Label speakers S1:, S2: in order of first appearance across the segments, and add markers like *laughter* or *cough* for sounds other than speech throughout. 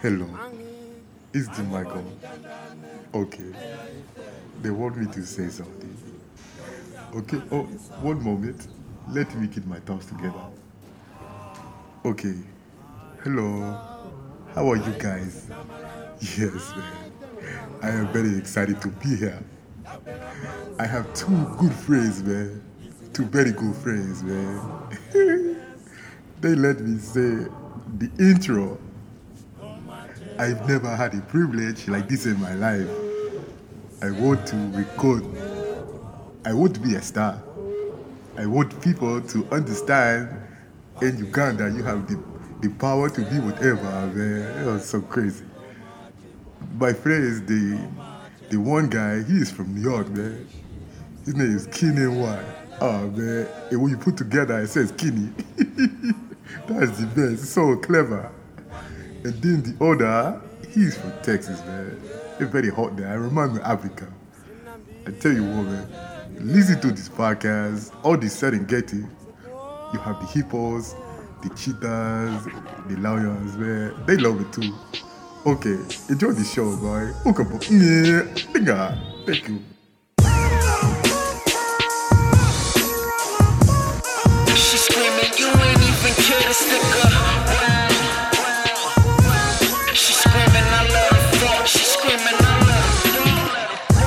S1: Hello, it's the Michael. Okay, they want me to say something. Okay, oh, one moment. Let me keep my thoughts together. Okay, hello. How are you guys? Yes, man. I am very excited to be here. I have two good friends, man. Two very good friends, man. *laughs* they let me say the intro. I've never had a privilege like this in my life. I want to record. I want to be a star. I want people to understand in Uganda you have the, the power to be whatever, man. It was so crazy. My friend is the the one guy, he is from New York, man. His name is Kenny Y. Oh man. And when you put together it says Kenny. *laughs* That's the best. So clever. And then the other, he's from Texas, man. It's very hot there. I remind me of Africa. I tell you what, man. Listen to this podcast, all the Serengeti. You have the hippos, the cheetahs, the lions, man. They love it too. Okay, enjoy the show, boy. Okay, but- yeah, nigga, thank you.
S2: She screaming, you ain't even care to stick up. She screaming, I love the fuck. She screaming, I love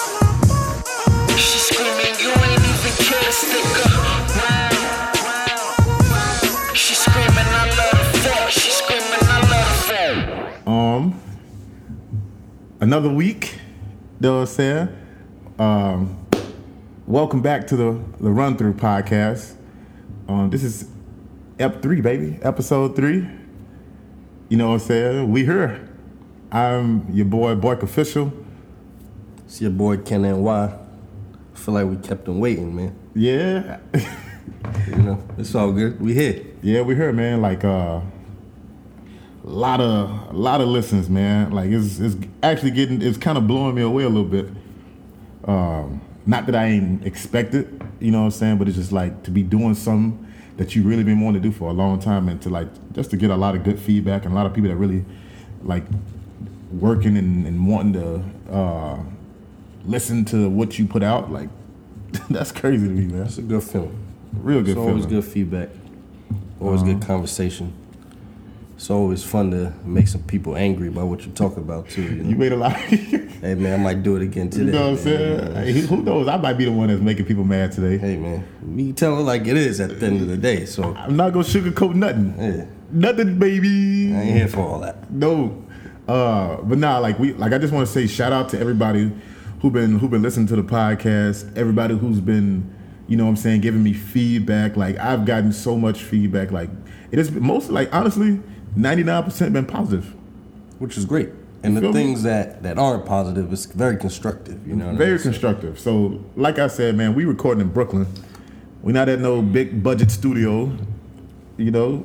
S2: it. She screaming, you ain't even care to stick up. She screaming, I love the fuck. She screaming, I love the fuck.
S3: Um, another week, you know what I'm saying? Um, welcome back to the, the Run Through Podcast. Um, this is Ep 3, baby, Episode 3. You know what I'm saying? We here. I'm your boy, Boyk Official.
S4: It's your boy Ken and Y. I feel like we kept him waiting, man.
S3: Yeah, *laughs*
S4: You know, it's all good. We here.
S3: yeah, we here, man. Like, uh, lot of a lot of listens, man. Like it's it's actually getting it's kind of blowing me away a little bit. Um, not that I ain't expect it, you know what I'm saying, but it's just like to be doing something that you really been wanting to do for a long time and to like just to get a lot of good feedback and a lot of people that really like working and, and wanting to uh, listen to what you put out, like *laughs* that's crazy to me, man. That's
S4: It's a good film.
S3: real good
S4: it's always
S3: feeling.
S4: good feedback. Always good conversation. It's always fun to make some people angry about what you talk about too. You know?
S3: You made a *laughs* lot.
S4: hey man, I might do it again today.
S3: You know what I'm
S4: man.
S3: saying? Hey, who- who knows? I might be the one that's making people mad today.
S4: Hey man, we tell it like it is at the end of the day. So
S3: I'm not gonna sugarcoat nothing.
S4: yeah,
S3: Nothing,
S4: I
S3: baby.
S4: ain't here for all that.
S3: No. Uh, but nah, like we like I just wanna say shout out to everybody who been who been listening to the podcast, everybody who's been, you know what I'm saying, giving me feedback. Like I've gotten so much feedback. Like it is mostly like honestly, 99% been positive.
S4: Which is great. And the
S3: feel me?
S4: things that that are positive is very constructive. You know, what I
S3: Very
S4: mean?
S3: constructive. So, like I said, man, we recording in Brooklyn. We're not at no big budget studio. You know,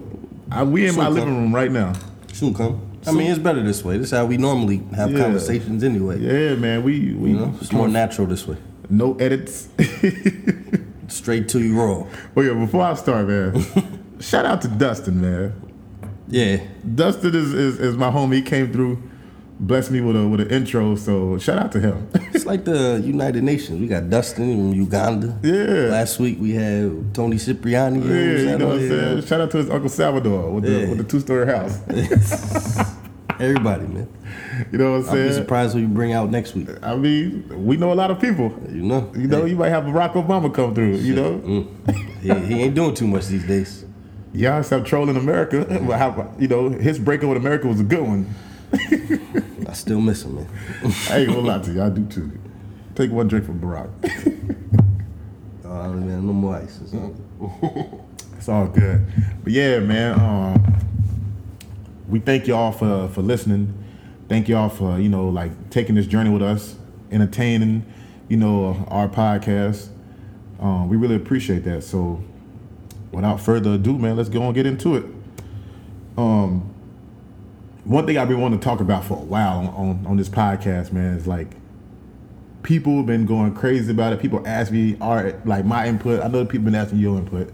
S3: I, we in my
S4: Sure,
S3: living
S4: come.
S3: room right now.
S4: Soon come. I mean, it's better this way. This is how we normally have
S3: Yeah.
S4: conversations anyway.
S3: Yeah, man, we we
S4: You know, it's more natural this way.
S3: no edits. *laughs*
S4: Straight to you raw.
S3: oh yeah, before I start, man, shout out to Dustin, man.
S4: Yeah.
S3: Dustin is, is is my homie. He came through, blessed me with a with an intro. So shout out to him. *laughs*
S4: It's like the United Nations. We got Dustin from Uganda.
S3: Yeah.
S4: Last week we had Tony Cipriani.
S3: yeah, you know what I'm saying. Shout out to his uncle Salvador with the
S4: Yeah.
S3: with the two story house.
S4: Everybody, man.
S3: You know what I'm
S4: I'll be
S3: saying.
S4: surprised what you bring out next week.
S3: I mean, we know a lot of people.
S4: You know?
S3: You know,
S4: Hey,
S3: you might have Barack Obama come through. You know,
S4: he, he ain't doing too much these days.
S3: y'all stop trolling America. Well, how- You know, his breakup with America was a good one.
S4: I still miss him, man.
S3: I ain't gonna lie to you, I do too. Take one drink from Barack.
S4: Oh, man, no more ice. It's all-
S3: It's all good. But yeah, man. Um, we thank y'all for for listening. Thank y'all for you know like taking this journey with us, entertaining, you know, our podcast. Um, we really appreciate that. So, without further ado, man, let's go and get into it. Um, one thing I've been wanting to talk about for a while on, on, on this podcast, man, is like people have been going crazy about it. People ask me, are like my input. I know people been asking your input.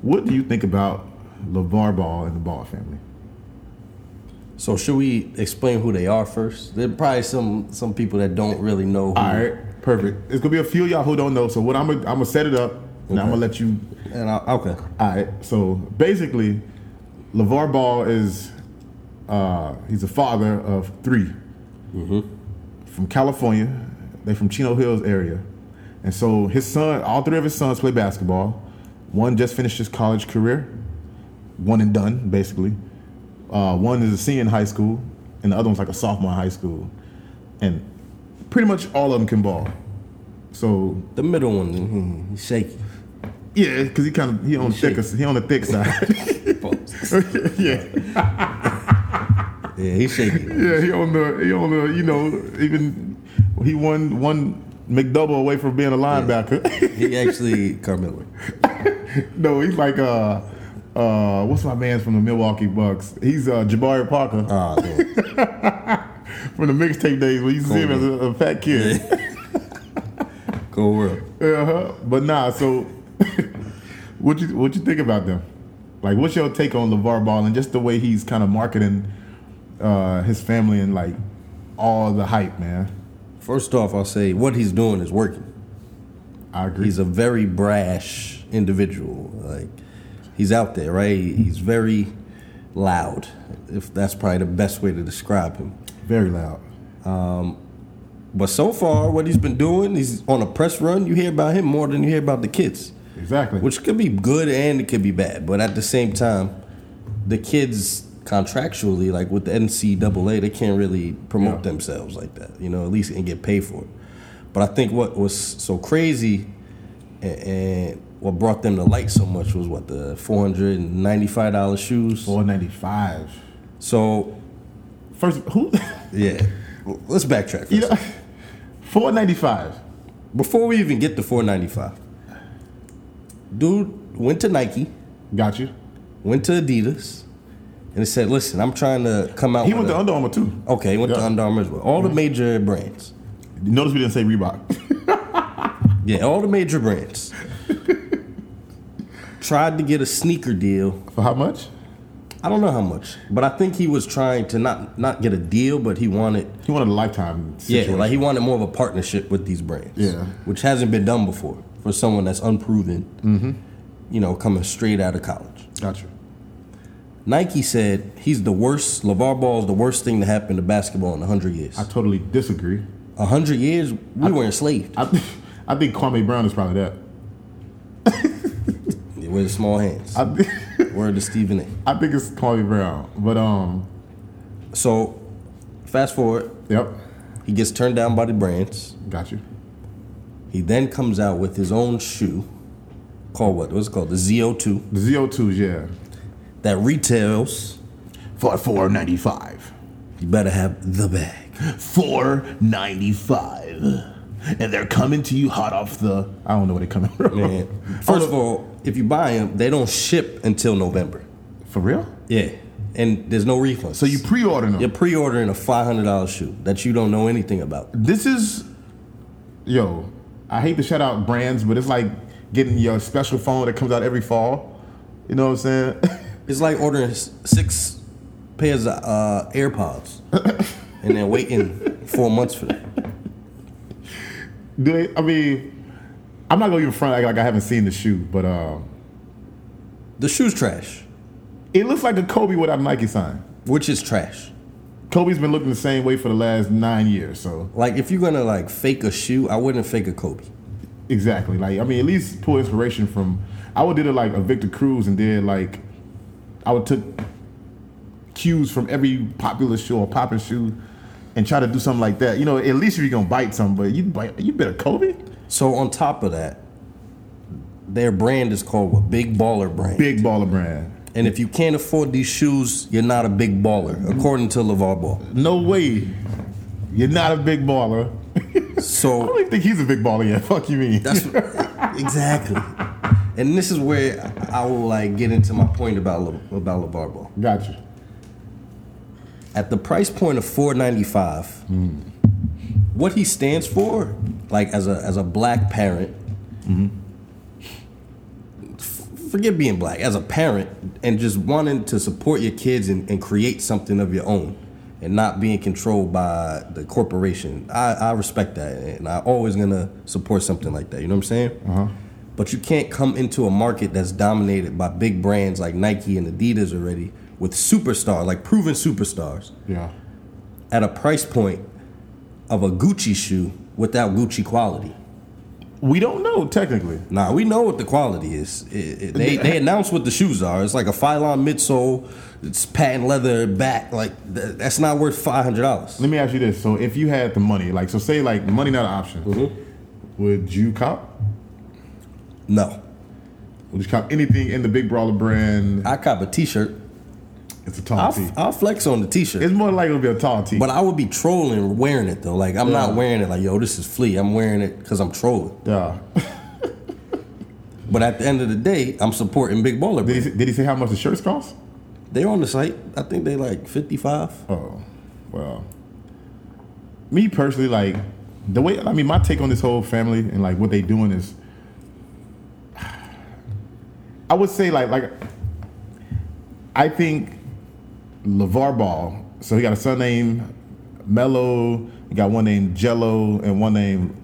S3: What do you think about LeVar Ball and the Ball family?
S4: So should we explain who they are first? There are probably some some people that don't really know. Who,
S3: All right, perfect. It's gonna be a few of y'all who don't know. So what I'm gonna, I'm gonna set it up, and I'm
S4: Okay.
S3: gonna let you.
S4: And I, okay,
S3: All right. So basically, LeVar Ball is uh, he's a father of 3 Mm-hmm. from California. They from Chino Hills area, and so his son, all three of his sons play basketball. One just finished his college career, one and done basically. Uh, one is a senior in high school, and the other one's like a sophomore in high school, and pretty much all of them can ball. So
S4: the middle one, hmm, he's
S3: *laughs*
S4: shaky.
S3: yeah, because he kind of he on the thick he on the *laughs* thick side. yeah.
S4: yeah, he's shaky.
S3: Yeah, he on the he on the you know even he won one McDouble away from being a linebacker. *laughs*
S4: He actually Carmelo.
S3: no, he's like uh uh what's my man's from the Milwaukee Bucks? He's uh Jabari Parker
S4: Ah, damn.
S3: from the mixtape days when you see him as a, a fat kid.
S4: Cold world.
S3: *laughs* uh-huh. But nah, so *laughs* what you what you think about them? Like, what's your take on LeVar Ball and just the way he's kind of marketing uh, his family and like all the hype, man?
S4: First off, I'll say what he's doing is working.
S3: I agree.
S4: He's a very brash individual. Like he's out there, right? He's very loud. If that's probably the best way to describe him.
S3: very loud.
S4: But so far, what he's been doing, he's on a press run. You hear about him more than you hear about the kids,
S3: Exactly.
S4: which could be good and it could be bad. But at the same time, the kids contractually, like with the NCAA, they can't really promote
S3: Yeah.
S4: themselves like that, you know, at least and get paid for it. But I think what was so crazy and, and what brought them to light so much was what the $495 shoes.
S3: 495.
S4: So,
S3: First, who? *laughs*
S4: yeah, Well, let's backtrack. for a
S3: you know,
S4: second.
S3: 495.
S4: Before we even get to 495, dude went to Nike,
S3: Got you.
S4: went to Adidas, and he said, "Listen, I'm trying to come out."
S3: He
S4: with
S3: went to
S4: a-
S3: Under Armour too.
S4: Okay, he went to
S3: Yeah. Mm-hmm.
S4: Under Armour as well. All the major brands.
S3: Notice we didn't say *laughs* Reebok.
S4: Yeah, all the major
S3: *laughs*
S4: brands. Tried to get a sneaker deal.
S3: For how much?
S4: I don't know how much, but I think he was trying to not not get a deal, but he wanted
S3: He wanted a lifetime situation.
S4: yeah, like he wanted more of a partnership with these brands.
S3: Yeah.
S4: which hasn't been done before for someone that's unproven.
S3: Mm-hmm.
S4: You know, coming straight out of college.
S3: Got you.
S4: Nike said he's the worst. LeVar Ball is the worst thing to happen to basketball in 100 years.
S3: I totally disagree.
S4: A 100 years, we were enslaved
S3: I, *laughs* th- I think Kwame Brown is probably that.
S4: with small hands.
S3: I, th-
S4: Word to Stephen A.
S3: *laughs* I think it's Kwame Brown. But, um,
S4: So, fast forward,
S3: yep.
S4: he gets turned down by the brands.
S3: Got you.
S4: He then comes out with his own shoe called what? What's it called? The ZO2
S3: The ZO2s, yeah.
S4: that retails.
S3: For 495.
S4: You better have the
S3: *laughs*
S4: bag.
S3: 495. And they're coming to you hot off the. I don't know where they're coming from. Oh,
S4: Man, first of all, if you buy them, they don't ship until November.
S3: For real?
S4: Yeah, and there's no refunds.
S3: So you pre-order them.
S4: You're pre-ordering a five hundred dollar shoe that you don't know anything about.
S3: This is, yo, I hate to shout out brands, but it's like getting your special phone that comes out every fall. You know what I'm saying? *laughs*
S4: It's like ordering s- six pairs of uh, AirPods and then waiting four months for them.
S3: Do they, I mean, I'm not gonna even front like, like I haven't seen the shoe, but uh,
S4: The shoe's trash,
S3: it looks like a Kobe without a Nike sign.
S4: which is trash.
S3: Kobe's been looking the same way for the last nine years, so
S4: Like if you're gonna like fake a shoe, I wouldn't fake a Kobe.
S3: exactly. Like I mean, at least pull inspiration from. I would did it like a Victor Cruz and did like, I would took cues from every popular shoe or popping shoe, and try to do something like that. You know, at least if you're gonna bite something, but you bite, you better Kobe.
S4: So on top of that, their brand is called what? Big Baller Brand.
S3: Big baller brand.
S4: And if you can't afford these shoes, you're not a big baller, according to LeVar Ball.
S3: No way. You're not a big baller. *laughs* I
S4: So
S3: don't even think he's a big baller yet. Fuck you,
S4: *laughs*
S3: mean?
S4: That's exactly. And this is where I will like get into my point about Le, about LeVar Ball.
S3: *laughs* gotcha.
S4: At the price point of 495, what he stands for, like as a as a black parent, f- forget being black, as a parent and just wanting to support your kids and, and create something of your own and not being controlled by the corporation. I, I respect that and I always gonna support something like that. You know what I'm saying? But you can't come into a market that's dominated by big brands like Nike and Adidas already with superstar, like proven superstars,
S3: Yeah.
S4: at a price point of a Gucci shoe without Gucci quality.
S3: We don't know technically.
S4: Nah, we know what the quality is. It- it- they they announce what the shoes are. It's like a Phylon midsole, it's patent leather back. Like th- that's not worth five hundred dollars.
S3: Let me ask you this: So, if you had the money, like, so say, like, money not an option, would you cop?
S4: No,
S3: Would you cop anything in the big brawler brand?
S4: I cop a T-shirt.
S3: It's a tall
S4: I'll,
S3: tee.
S4: I'll flex on the T-shirt.
S3: It's more likely to be a tall tee.
S4: But I would be trolling wearing it though. Like I'm not
S3: Yeah.
S4: wearing it like yo, this is flea. I'm wearing it because I'm trolling.
S3: yeah.
S4: But at the end of the day, I'm supporting Big Baller.
S3: Did he,
S4: Brand.
S3: say- did he say how much the shirts cost?
S4: They're on the site. I think they like 55.
S3: Oh, well. Me personally, like the way I mean, my take on this whole family and like what they doing is, I would say like like, I think LeVar Ball. So he got a son named Mello. He got one named Jello and one named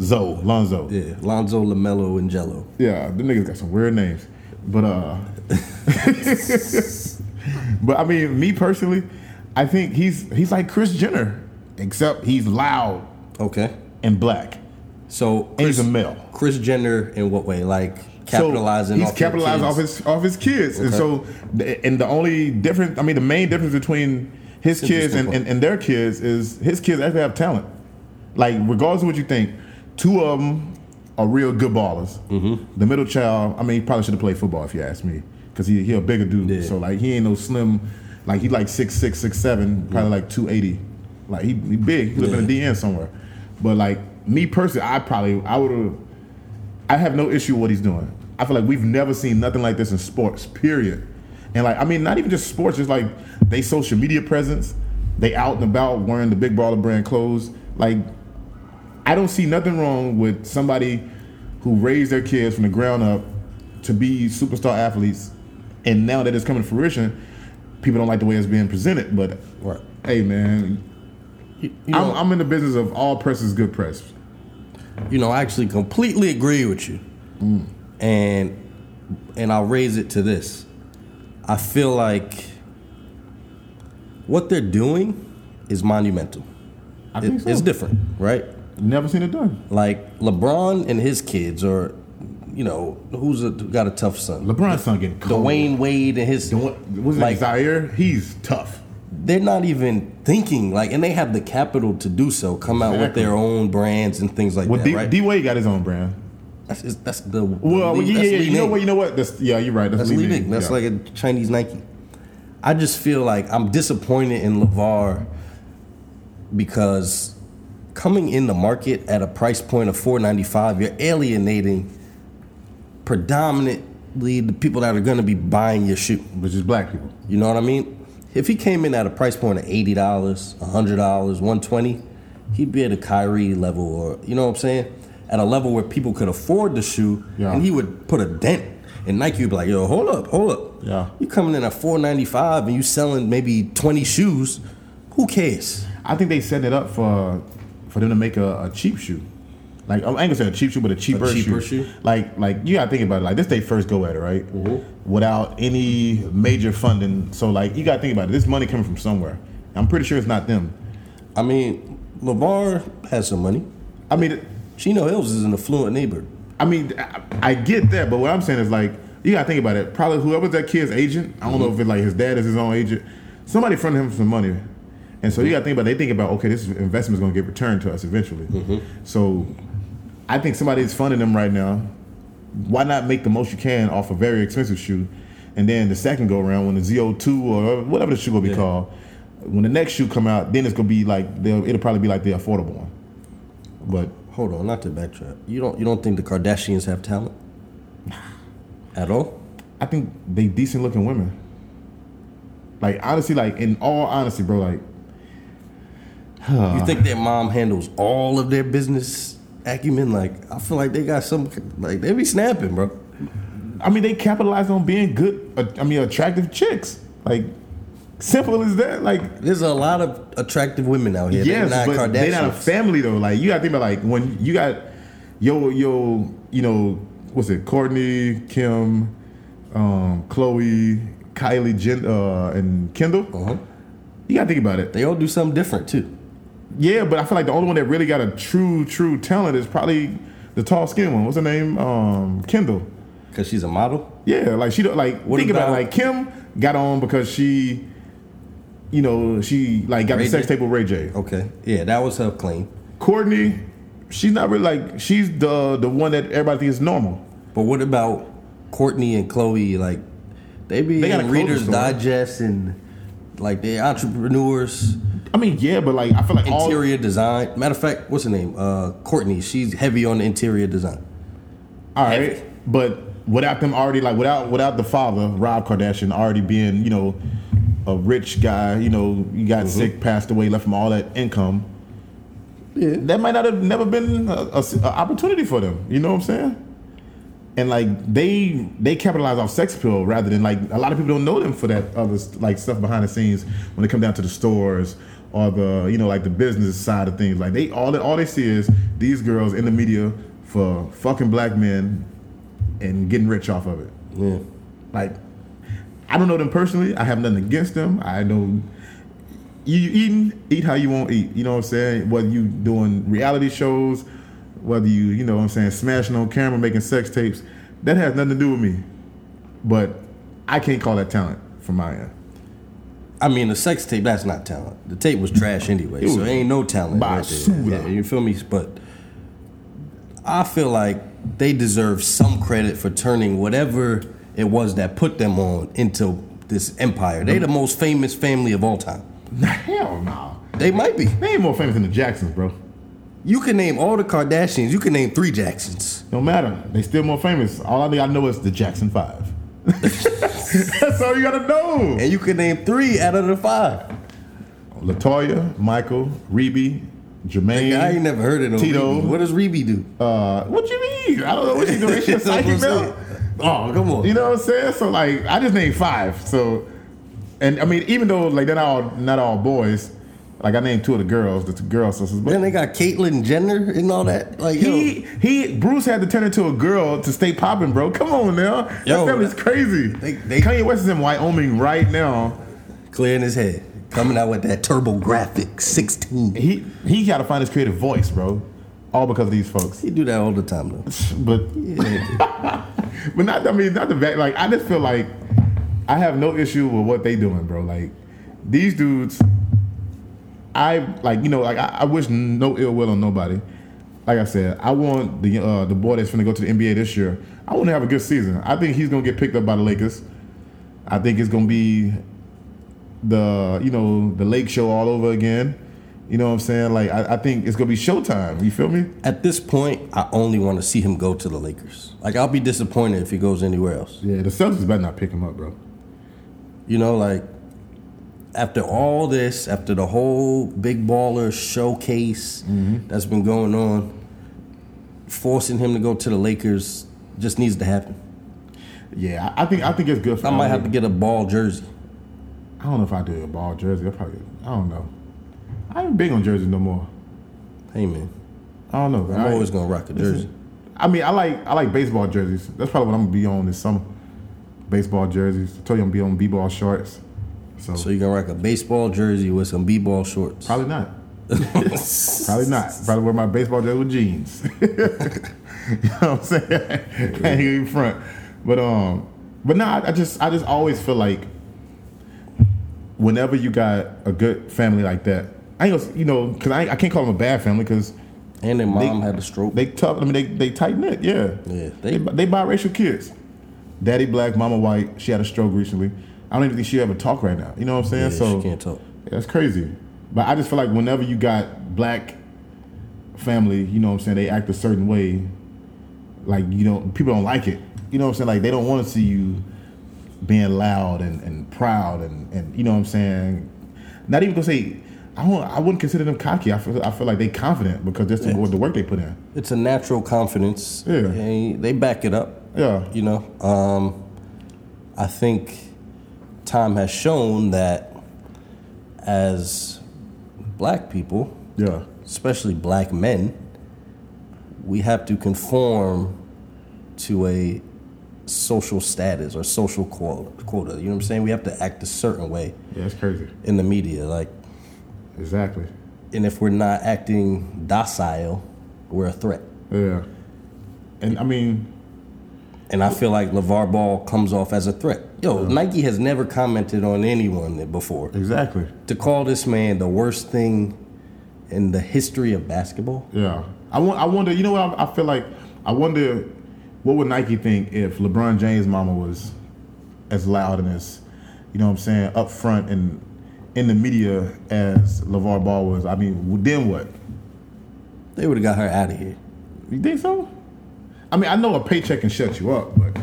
S3: Zoe Lonzo.
S4: Yeah, Lonzo, Lamelo, and Jello.
S3: Yeah, them niggas got some weird names. But uh *laughs* But I mean, me personally, I think he's he's like Chris Jenner, except he's loud
S4: Okay.
S3: and black.
S4: So
S3: And he's
S4: Chris-
S3: a male.
S4: Chris Jenner in what way? Like capitalizing.
S3: So he's
S4: off your
S3: capitalizing
S4: kids?
S3: off his off his kids. And
S4: Okay.
S3: so the- and the only difference I mean the main difference between his kids
S4: Interesting
S3: and,
S4: point.
S3: and, and their kids is his kids actually have talent. Like regardless of what you think, two of them are real good ballers.
S4: Mm-hmm.
S3: The middle child, I mean, he probably should have played football if you ask me, because he he a bigger dude.
S4: Yeah.
S3: So like he ain't no slim, like he like six six six
S4: Mm-hmm.
S3: seven, probably like two eighty. Like he, he big. He live in the DN somewhere. But like me personally, I probably I would have. I have no issue with what he's doing. I feel like we've never seen nothing like this in sports. Period. And like I mean, not even just sports. Just like they social media presence. They out and about wearing the big baller brand clothes. Like I don't see nothing wrong with somebody who raised their kids from the ground up to be superstar athletes, and now that it's coming to fruition, people don't like the way it's being presented. But
S4: Right.
S3: hey, man,
S4: You, you know,
S3: I'm, I'm in the business of all press is good press.
S4: you know, I actually completely agree with you.
S3: Mm.
S4: And and I'll raise it to this. I feel like what they're doing is monumental.
S3: I
S4: It-
S3: think so.
S4: It's different, right?
S3: Never seen it done.
S4: Like LeBron and his kids or you know, who's a, got a tough son?
S3: LeBron's son getting cold.
S4: Dwayne Wade and his
S3: Dwayne- was it
S4: like
S3: Zaire? He's tough.
S4: they're not even thinking like and they have the capital to do so come out with
S3: Exactly.
S4: their own brands and things like
S3: Well,
S4: that
S3: D,
S4: right
S3: D Wade got his own brand.
S4: that's, just- that's the
S3: Well,
S4: the-
S3: yeah,
S4: that's
S3: yeah, yeah. You know
S4: leading.
S3: what? You know what? That's, yeah, you're right. That's,
S4: That's
S3: leading.
S4: leading. That's
S3: Yeah.
S4: like a Chinese Nike. I just feel like I'm disappointed in LeVar because coming in the market at a price point of 495, you're alienating predominantly the people that are going to be buying your shoe.
S3: which is black people.
S4: You know what I mean? If he came in at a price point of eighty dollars, hundred dollars, one twenty, he'd be at a Kyrie level, or you know what I'm saying, at a level where people could afford the shoe,
S3: Yeah.
S4: and he would put a dent. And Nike would be like, "Yo, hold up, hold up.
S3: Yeah.
S4: you coming in at four ninety five, and you selling maybe twenty shoes. Who cares?
S3: I think they set it up for for them to make a, a cheap shoe. Like I ain't gonna say a cheap shoe, but a cheaper,
S4: cheaper
S3: shoe.
S4: shoe?
S3: Like like you gotta think about it. Like this they first go at it, right?
S4: Mm-hmm.
S3: Without any major funding. So like you gotta think about it. This money coming from somewhere. I'm pretty sure it's not them.
S4: I mean, Levar has some money.
S3: I mean,
S4: Chino Hills is an affluent neighbor.
S3: I mean, I, I get that, but what I'm saying is like, you gotta think about it. Probably whoever's that kid's agent, I don't know if it's like his dad is his own agent, somebody fronted him some money. And so you gotta think about. They think about okay, this investment is gonna get returned to us eventually. So I think somebody's funding them right now. Why not make the most you can off a very expensive shoe, and then the second go around when the Z02 or whatever the shoe will be called, when the next shoe come out, then it's gonna be like they'll, it'll probably be like the affordable one. But
S4: Hold on, not to backtrack. You don't you don't think the Kardashians have talent? At all?
S3: I think they decent looking women. Like honestly, like in all honesty, bro, like
S4: You
S3: Uh-huh.
S4: think their mom handles all of their business acumen? Like I feel like they got some like they be snapping, bro.
S3: I mean, they capitalize on being good. uh, I mean, attractive chicks. Like, simple as that. Like,
S4: There's a lot of attractive women out here.
S3: yes,
S4: they're not
S3: but
S4: Kardashians.
S3: they're not a family though. Like, you got to think about like when you got yo yo, you know, what's it? Courtney, Kim, um, Chloe, Kylie, Jen, uh, and Kendall.
S4: Uh-huh.
S3: You got to think about it.
S4: They all do something different too.
S3: Yeah, but I feel like the only one that really got a true, true talent is probably the tall skinned one. What's her name? Um, Kendall.
S4: Cause she's a model.
S3: Yeah, like she don't like
S4: What
S3: think about, it,
S4: about-
S3: like Kim got on because she, you know, she like got
S4: Ray
S3: the sex
S4: J?
S3: tape with Ray J.
S4: Okay. Yeah, that was her claim.
S3: Courtney, she's not really like she's the the one that everybody thinks is normal.
S4: But what about Courtney and Chloe? Like they be
S3: They got
S4: in
S3: a clothing
S4: Reader's
S3: store.
S4: Digest and like they're entrepreneurs,
S3: I mean, yeah, but like I feel like all
S4: interior design. Matter of fact, what's her name? Uh, Courtney. She's heavy on the interior design.
S3: all right, but without them already like without without the father Rob Kardashian already being you know a rich guy, you know, you got sick, passed away, left him all that income.
S4: Yeah.
S3: that might not have never been a, a- a opportunity for them. You know what I'm saying? And like they they capitalize off sex appeal rather than like a lot of people don't know them for that other st- like stuff behind the scenes when it come down to the stores or the you know like the business side of things. Like they all they, all they see is these girls in the media for fucking black men and getting rich off of it.
S4: Yeah.
S3: Like I don't know them personally. I have nothing against them. I know you you eating, eat how you want to eat. You know what I'm saying? Whether you doing reality shows, whether you, you know what I'm saying, smashing on camera, making sex tapes, that has nothing to do with me. But I can't call that talent from my end. *laughs*
S4: I mean, the sex tape, that's not talent. The tape was trash anyway,
S3: It
S4: so
S3: was
S4: ain't no talent. Right there.
S3: basura.
S4: Yeah, you feel me? But I feel like they deserve some credit for turning whatever it was that put them on into this empire. They the most famous family of all time.
S3: Hell no.
S4: They might be.
S3: They ain't more famous than the Jacksons, bro.
S4: You can name all the Kardashians. You can name three Jacksons.
S3: No matter. They still more famous. All I think I know is the Jackson Five. *laughs* That's all you gotta know.
S4: And you can name three out of the five.
S3: Latoya, Michael, Rebe, Jermaine.
S4: I ain't never heard of no
S3: Tito.
S4: Rebe. What does Rebe do?
S3: Uh, what you mean? I don't know what you doing.
S4: *laughs*
S3: It's your
S4: That's what
S3: psychic
S4: I'm saying.
S3: mail.
S4: Oh, come on.
S3: You know what I'm saying? So like, I just named five. So, and I mean, even though like they're not all not all boys, like I named two of the girls, the two girls sisters. But
S4: Then they got Caitlyn Jenner and all that. Like, yo.
S3: he he Bruce had to turn into a girl to stay popping, bro. Come on now,
S4: Yo,
S3: that family's crazy.
S4: they- they-
S3: Kanye West is in Wyoming right now.
S4: clearing his head, coming out with that Turbo Graphic 16.
S3: He he got to find his creative voice, bro. All because of these folks.
S4: He do that all the time though.
S3: But *laughs* but not I mean not the back like I just feel like I have no issue with what they doing, bro. Like these dudes I like you know like I, I wish no ill will on nobody. Like I said, I want the uh, the boy that's going to go to the NBA this year. I want to have a good season. I think he's going to get picked up by the Lakers. I think it's going to be the you know the Lake Show all over again. You know what I'm saying? Like I, I think it's going to be Showtime. You feel me?
S4: At this point, I only want to see him go to the Lakers. Like I'll be disappointed if he goes anywhere else.
S3: Yeah, the Celtics better not pick him up, bro.
S4: You know, like after all this, after the whole big baller showcase that's been going on, forcing him to go to the Lakers just needs to happen.
S3: Yeah, I I think I think it's good for.
S4: I might
S3: all
S4: have to
S3: of
S4: get a ball jersey.
S3: them. I don't know if I do a ball jersey. I probably. I don't know. I ain't big on jerseys no more.
S4: Hey man,
S3: I don't know. man.
S4: I'm
S3: I-
S4: always gonna rock a jersey.
S3: I mean, I like I like baseball jerseys. That's probably what I'm gonna be on this summer. Baseball jerseys. I told you I'm gonna be on b-ball shorts. So,
S4: So you gonna rock a baseball jersey with some b-ball shorts? *laughs*
S3: probably not. Probably not. Probably wear my baseball jersey with jeans. *laughs* you know what I'm saying? I ain't gonna be front. But um, but no, I, I just I just always feel like whenever you got a good family like that, I ain't gonna, you know, cause I, ain't- I can't call them a bad family because
S4: And their mom
S3: They-
S4: had a stroke.
S3: they tough. I mean, they they tight knit. Yeah.
S4: Yeah,
S3: They
S4: they-
S3: they biracial kids. Daddy black, mama white. She had a stroke recently. I don't even think she ever talk right now. You know what I'm saying?
S4: yeah,
S3: so
S4: she can't talk.
S3: that's crazy. But I just feel like whenever you got black family, you know what I'm saying, they act a certain way, like you don't people don't like it. You know what I'm saying? Like they don't want to see you being loud and, and proud and, and you know what I'm saying. Not even gonna say I don't I wouldn't consider them cocky. I feel I feel like they confident because that's the what the work they put in.
S4: It's a natural confidence.
S3: Yeah.
S4: And they back it up.
S3: Yeah.
S4: You know, um, I think time has shown that as black people,
S3: Yeah.
S4: especially black men, we have to conform to a social status or social qual- quota. You know what I'm saying? We have to act a certain way
S3: Yeah, it's crazy.
S4: in the media. Like,
S3: Exactly.
S4: and if we're not acting docile, we're a threat.
S3: Yeah. And I mean,
S4: And I feel like LeVar Ball comes off as a threat. Yo,
S3: Uh-huh.
S4: Nike has never commented on anyone before.
S3: exactly.
S4: To call this man the worst thing in the history of basketball?
S3: Yeah. I want. I wonder. You know what? I, I feel like. I wonder what would Nike think if LeBron James' mama was as loud and as, you know, what I'm saying, up front and in the media as LeVar Ball was. I mean, then what?
S4: They would have got her out of here.
S3: You think so? I mean, I know a paycheck can shut you up, but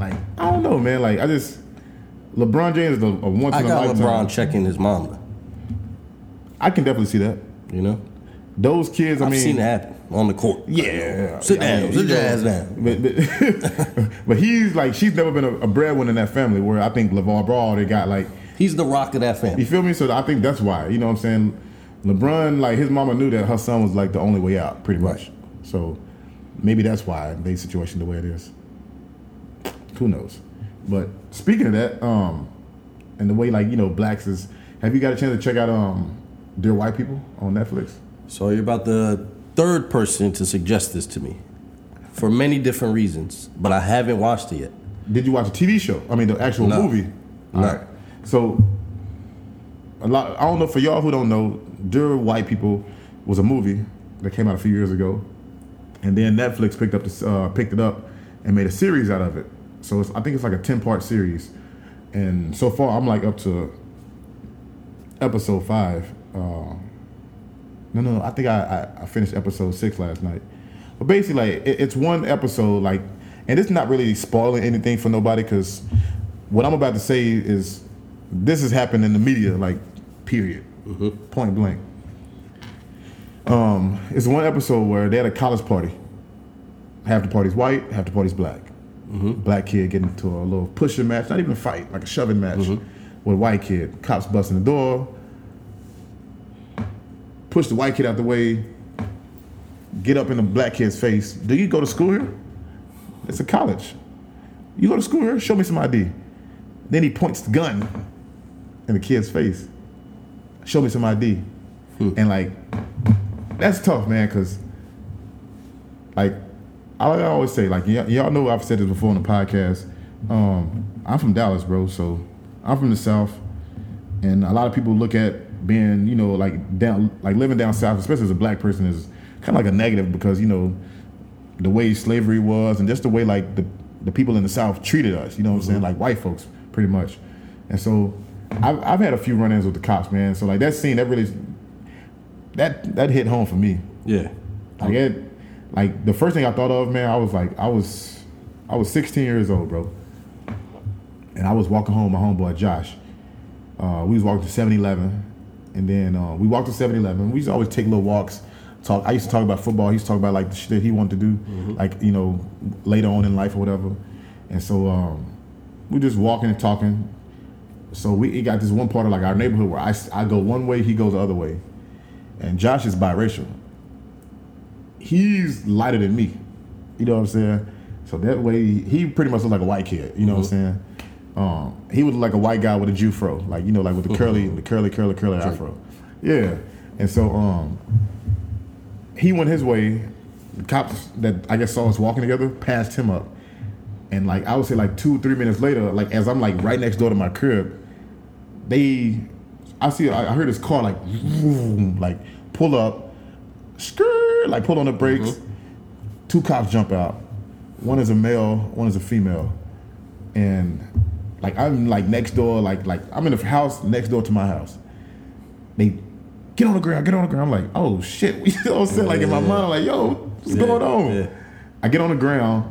S3: like, I don't know, man. Like, I just LeBron James is a, a once
S4: I
S3: in a
S4: got
S3: lifetime.
S4: LeBron checking his mama.
S3: I can definitely see that.
S4: You know,
S3: Those kids, I
S4: I've
S3: mean,
S4: seen it happen on the court.
S3: Yeah,
S4: Sit
S3: I
S4: down,
S3: mean,
S4: sit
S3: you
S4: your
S3: know,
S4: ass down.
S3: But, but, *laughs* but he's like she's never been a, a breadwinner in that family. Where I think LeVar Ball they got like
S4: He's the rock of that
S3: you
S4: family.
S3: feel me. So I think that's why you know what I'm saying. LeBron like his mama knew that her son was like the only way out, pretty much. So maybe that's why they situation the way it is. Who knows? But speaking of that, um, and the way like you know blacks is, have you got a chance to check out um, Dear White People on Netflix?
S4: So you're about the third person to suggest this to me, for many different reasons. But I haven't watched it yet.
S3: Did you watch a TV show? I mean, the actual
S4: No.
S3: movie.
S4: No.
S3: Alright. So, a lot. I don't know for y'all who don't know, "Dear White People" was a movie that came out a few years ago, and then Netflix picked up the, uh, picked it up and made a series out of it. So it's, I think it's like a ten part series, and so far I'm like up to episode five. Uh, no, no, I think I, I, I finished episode six last night. But basically, like it, it's one episode, like, and it's not really spoiling anything for nobody because what I'm about to say is this has happened in the media, like, period, point blank. Um, it's one episode where they had a college party. Half the party's white, half the party's black. Black kid getting into a little pushing match, not even a fight, like a shoving match with a white kid. Cops busting the door, push the white kid out the way, get up in the black kid's face. Do you go to school here? It's a college. You go to school here? Show me some ID. Then he points the gun in the kid's face. Show me some ID. And like, that's tough, man, because like I like I always say, like y- y'all know I've said this before on the podcast. Um, I'm from Dallas, bro, so I'm from the South, and a lot of people look at being, you know, like down, like living down south, especially as a black person, is kind of like a negative because you know the way slavery was and just the way like the, the people in the South treated us, you know what I'm saying? Like white folks, pretty much. And so I've, I've had a few run ins with the cops, man. So like that scene, that really, that, that hit home for me.
S4: Yeah.
S3: Like it, like the first thing I thought of, man, I was like, I was, I was 16 years old, bro, and I was walking home. with My homeboy Josh, uh, we was walking to 7-Eleven, and then uh, we walked to 7-Eleven. We used to always take little walks. Talk. I used to talk about football. He used to talk about like the shit that he wanted to do, like you know, later on in life or whatever. And so um, we just walking and talking. So we it got this one part of like our neighborhood where I, s- I go one way, he goes the other way, and Josh is biracial he's lighter than me. You know what I'm saying? So that way, he pretty much looked like a white kid. You know what I'm saying? Um, he was like a white guy with a Jew fro, like you know, like with the curly, the curly, curly, curly afro. Yeah, and so um, he went his way. The cops that I guess saw us walking together passed him up, and like I would say, like two, three minutes later, like as I'm like right next door to my crib, they, I see, I I heard his car like, vroom, like pull up, skirt, like pull on the brakes.
S4: Mm-hmm.
S3: Two cops jump out. One is a male, one is a female, and like I'm like next door, like like I'm in the house next door to my house. They get on the ground, get on the ground. I'm like, oh shit. *laughs* You know what I'm saying? Like in my mind, I'm like, yo, what's
S4: Yeah,
S3: going on?
S4: yeah.
S3: I get on the ground,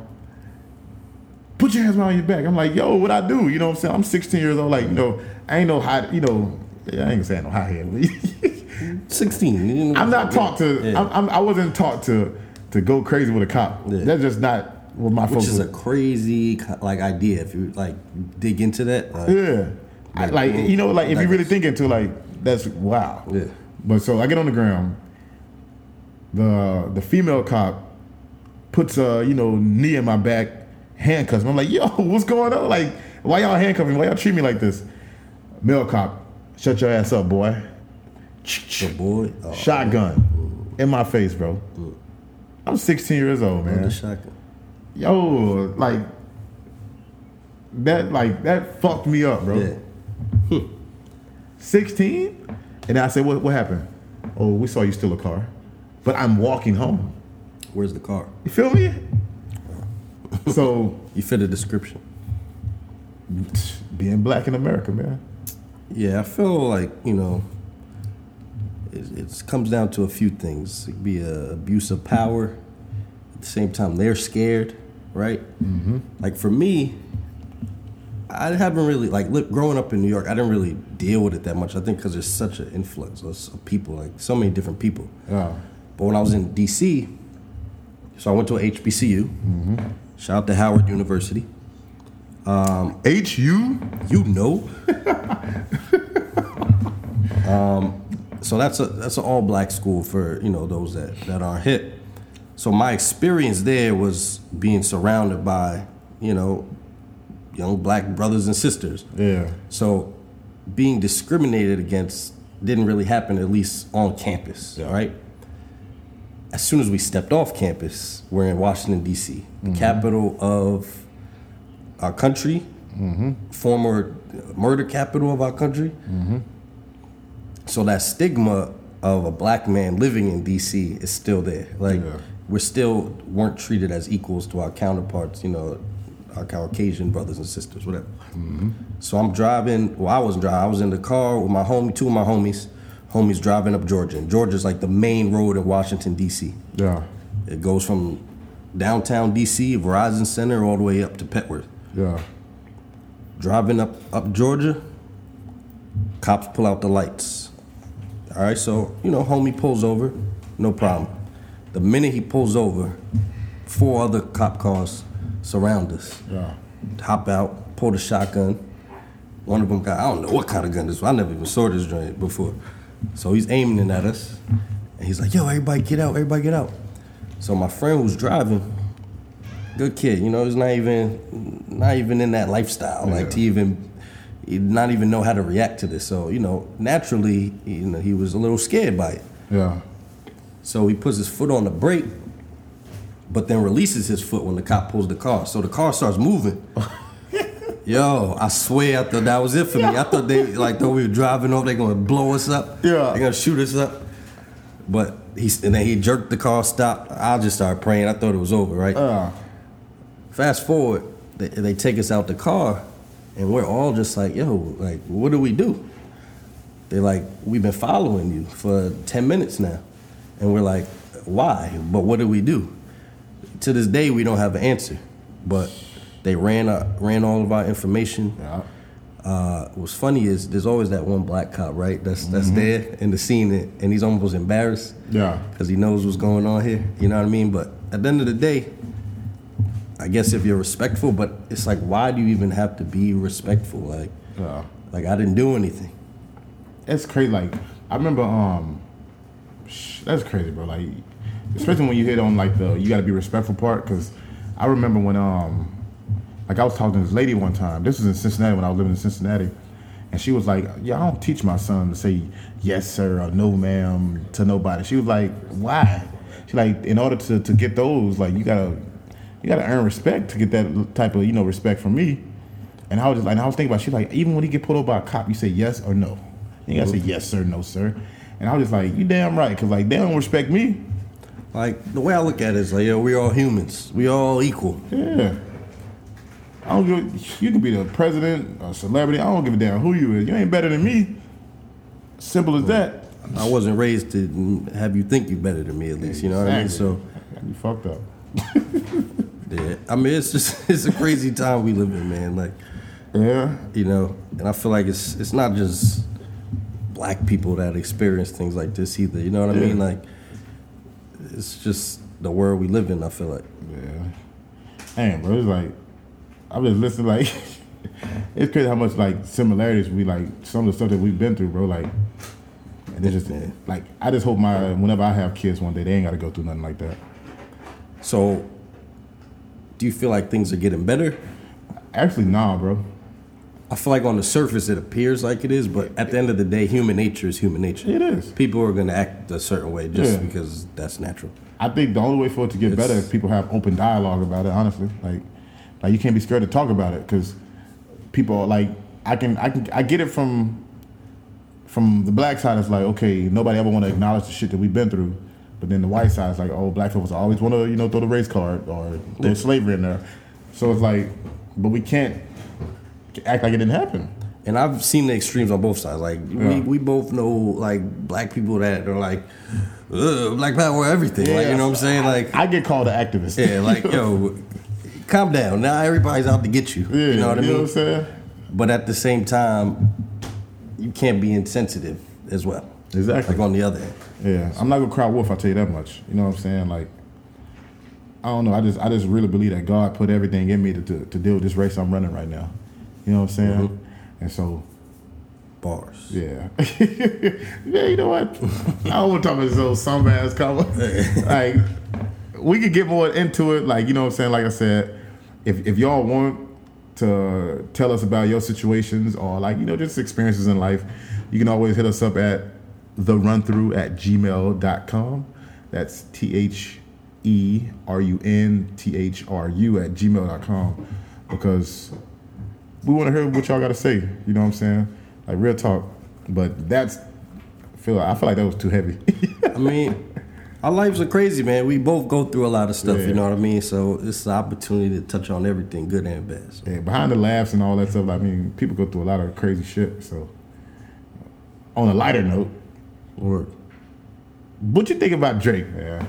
S3: put your hands behind your back. I'm like, yo, what I do? You know what I'm saying? I'm 16 years old, like, you know, I ain't no hot, you know, I ain't gonna say no hot head. *laughs*
S4: 16. you know.
S3: I'm not taught to.
S4: Yeah.
S3: I'm, I'm, I wasn't taught to to go crazy with a cop.
S4: Yeah.
S3: That's just not what my
S4: Which
S3: focus.
S4: is a crazy co- like idea if you like dig into that. Like,
S3: yeah, I- like you know, like if you really
S4: Digress.
S3: think into like that's wow.
S4: Yeah.
S3: But so I get on the ground. The the female cop puts a you know knee in my back, handcuffs me. I'm like, yo, *laughs* what's going on? Like, why y'all handcuffing? me? Why y'all treat me like this? Male cop, shut your ass up, boy.
S4: The boy, oh,
S3: Shotgun in my face, bro.
S4: Mm.
S3: I'm 16 years old, man.
S4: the shotgun.
S3: yo, like that, like that fucked me up, bro.
S4: Yeah.
S3: 16, and I said, what, what happened? Oh, we saw you steal a car, but I'm walking home.
S4: Where's the car?
S3: You feel me? so,
S4: You fit a description.
S3: being black in America, man.
S4: Yeah, I feel like you know, it, it comes down to a few things. It could be a abuse of power. At the same time, they're scared, right? Mm-hmm. Like for me, I haven't really like look, growing up in New York. I didn't really deal with it that much. I think because there's such an influx of s- of people, like so many different people.
S3: Yeah.
S4: But when I was in DC, so I went to a HBCU. Shout out to Howard University.
S1: H U
S4: You know. um, Um, so that's a that's an all black school for you know those that that aren't hip. So my experience there was being surrounded by you know young black brothers and sisters.
S3: Yeah.
S4: So being discriminated against didn't really happen, at least on campus, all right? As soon as we stepped off campus, we're in Washington, D.C., the capital of our country, former murder capital of our country. So that stigma of a black man living in D.C. is still there. Like,
S3: Yeah.
S4: we're still weren't treated as equals to our counterparts, you know, our Caucasian brothers and sisters, whatever. So I'm driving. Well, I wasn't driving. I was in the car with my homie, two of my homies. Homies driving up Georgia. And Georgia's like the main road in Washington D.C.
S3: Yeah.
S4: It goes from downtown D.C. Verizon Center all the way up to Petworth.
S3: Yeah.
S4: Driving up up Georgia, cops pull out the lights. All right, so you know, homie pulls over, no problem. The minute he pulls over, four other cop cars surround us
S3: Yeah.
S4: hop out, pulled a shotgun. One of them got, I don't know what kind of gun this was. I never even saw this joint before. So he's aiming it at us. And he's like, yo, everybody get out, everybody get out. So my friend was driving, good kid, you know, he's not even not even in that lifestyle. Like to even not even know how to react to this. So, you know, naturally, you know, he was a little scared by it.
S3: Yeah.
S4: So he puts his foot on the brake, but then releases his foot when the cop pulls the car. So the car starts moving. Yo, I swear I thought that was it for me. I thought they like thought we were driving off, they're gonna blow us up.
S3: Yeah.
S4: They're gonna shoot us up. But he and then he jerked the car, stopped. I just started praying. I thought it was over, right?
S3: Yeah.
S4: Fast forward, they, they take us out the car, and we're all just like, yo, like, what do we do? They're like, we've been following you for 10 minutes now. And we're like, why? But what do we do? To this day, we don't have an answer. But they ran, uh, ran all of our information.
S3: Yeah.
S4: Uh, what's funny is there's always that one black cop, right? That's that's there in the scene, and and he's almost embarrassed.
S3: Yeah.
S4: Because he knows what's going on here. You know what I mean? But at the end of the day, I guess if you're respectful, but it's like, why do you even have to be respectful? Like,
S3: Yeah.
S4: like I didn't do anything.
S3: That's crazy. Like I remember, um, sh- that's crazy, bro. Like, especially when you hit on like the you got to be respectful part, because I remember when, um, like I was talking to this lady one time. This was in Cincinnati when I was living in Cincinnati, and she was like, "Yeah, I don't teach my son to say yes sir or no ma'am to nobody." She was like, "Why?" She like, in order to to get those, like you gotta you gotta earn respect to get that type of you know respect from me. And I was just like, and I was thinking about, she's like, even when he get pulled over by a cop, you say yes or no. You gotta say yes sir, no sir. And I was just like, you damn right, cause like they don't respect me.
S4: Like the way I look at it is like, yo, we're all humans. We all equal.
S3: Yeah. I don't give. You can be the president, a celebrity. I don't give a damn who you is. You ain't better than me. Simple as that.
S4: I wasn't raised to have you think you better than me, at least. You know what I mean? So,
S3: you fucked up.
S4: yeah. I mean, it's just *laughs* it's a crazy time we live in, man. Like,
S3: Yeah.
S4: you know, and I feel like it's it's not just black people that experience things like this either. You know what I mean?
S3: Yeah.
S4: Like, it's just the world we live in. I feel like.
S3: Yeah. Damn, bro. It's like I'm just listening. Like *laughs* it's crazy how much like similarities we like some of the stuff that we've been through, bro. Like, and it's just like I just hope my whenever I have kids one day they ain't got to go through nothing like that.
S4: So, do you feel like things are getting better?
S3: Actually, nah, bro.
S4: I feel like on the surface it appears like it is, but at the end of the day, human nature is human nature.
S3: It is.
S4: People are going to act a certain way just
S3: Yeah.
S4: because that's natural.
S3: I think the only way for it to get better
S4: It's-
S3: if people have open dialogue about it. Honestly, like, like you can't be scared to talk about it because people are like I can I can I get it from from the black side. It's like okay, nobody ever want to acknowledge the shit that we've been through. But then the white side is like, oh, black folks always want to you know throw the race card or throw slavery in there. So it's like, but we can't act like it didn't happen.
S4: And I've seen the extremes on both sides. Like we, we both know like black people that are like, Ugh, black power everything. Like you know what I'm saying? Like
S3: I get called an activist.
S4: yeah, like yo, calm down. Now everybody's out to get you.
S3: *laughs* Yeah,
S4: you know what I
S3: You know
S4: mean?
S3: what I'm saying?
S4: But at the same time, you can't be insensitive as well.
S3: Exactly.
S4: Like on the other end.
S3: Yeah, I'm not gonna cry wolf. I tell you that much. You know what I'm saying? Like, I don't know. I just I just really believe that God put everything in me to to, to deal with this race I'm running right now. You know what I'm saying? And so
S4: Bars.
S3: yeah, *laughs* yeah. You know what? I don't want to talk about this old some ass cover. like, we could get more into it. Like, you know what I'm saying? Like I said, if if y'all want to tell us about your situations or like you know just experiences in life, you can always hit us up at the run through at gmail.com. That's T H E R U N T H R U at gmail.com because we want to hear what y'all got to say. You know what I'm saying? Like real talk. But that's I feel I feel like that was too heavy. *laughs*
S4: I mean, our lives are crazy, man. We both go through a lot of stuff,
S3: Yeah.
S4: you know what I mean? So it's an opportunity to touch on everything, good and bad. So
S3: yeah, behind the laughs and all that stuff. I mean, people go through a lot of crazy shit. So on a lighter note,
S4: Or
S3: what you think about Drake, man?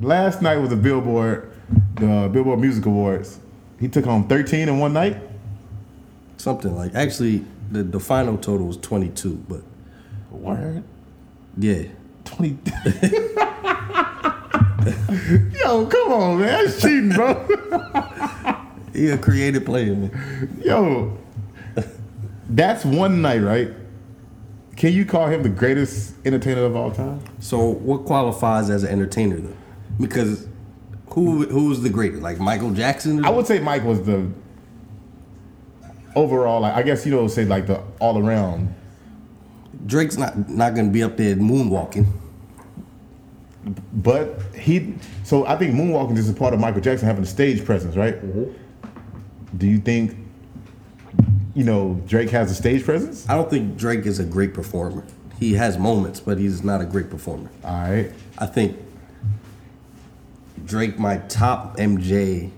S3: Last night was the Billboard, the Billboard Music Awards. He took home 13 in one night.
S4: something like actually the, the final total was twenty two, but
S3: Word.
S4: yeah.
S3: 20. *laughs* Yo, come on, man. That's cheating, bro.
S4: He a creative player, man.
S3: Yo, that's one night, right? Can you call him the greatest entertainer of all time?
S4: So what qualifies as an entertainer though? Because who who's the greatest? Like Michael Jackson?
S3: I would say Mike was the overall. Like, I guess you know, say like the all around.
S4: Drake's not not gonna be up there moonwalking.
S3: But he, so I think moonwalking is a part of Michael Jackson having a stage presence, right? Do you think, you know, Drake has a stage presence?
S4: I don't think Drake is a great performer. He has moments, but he's not a great performer.
S3: All right,
S4: I think Drake might top MJ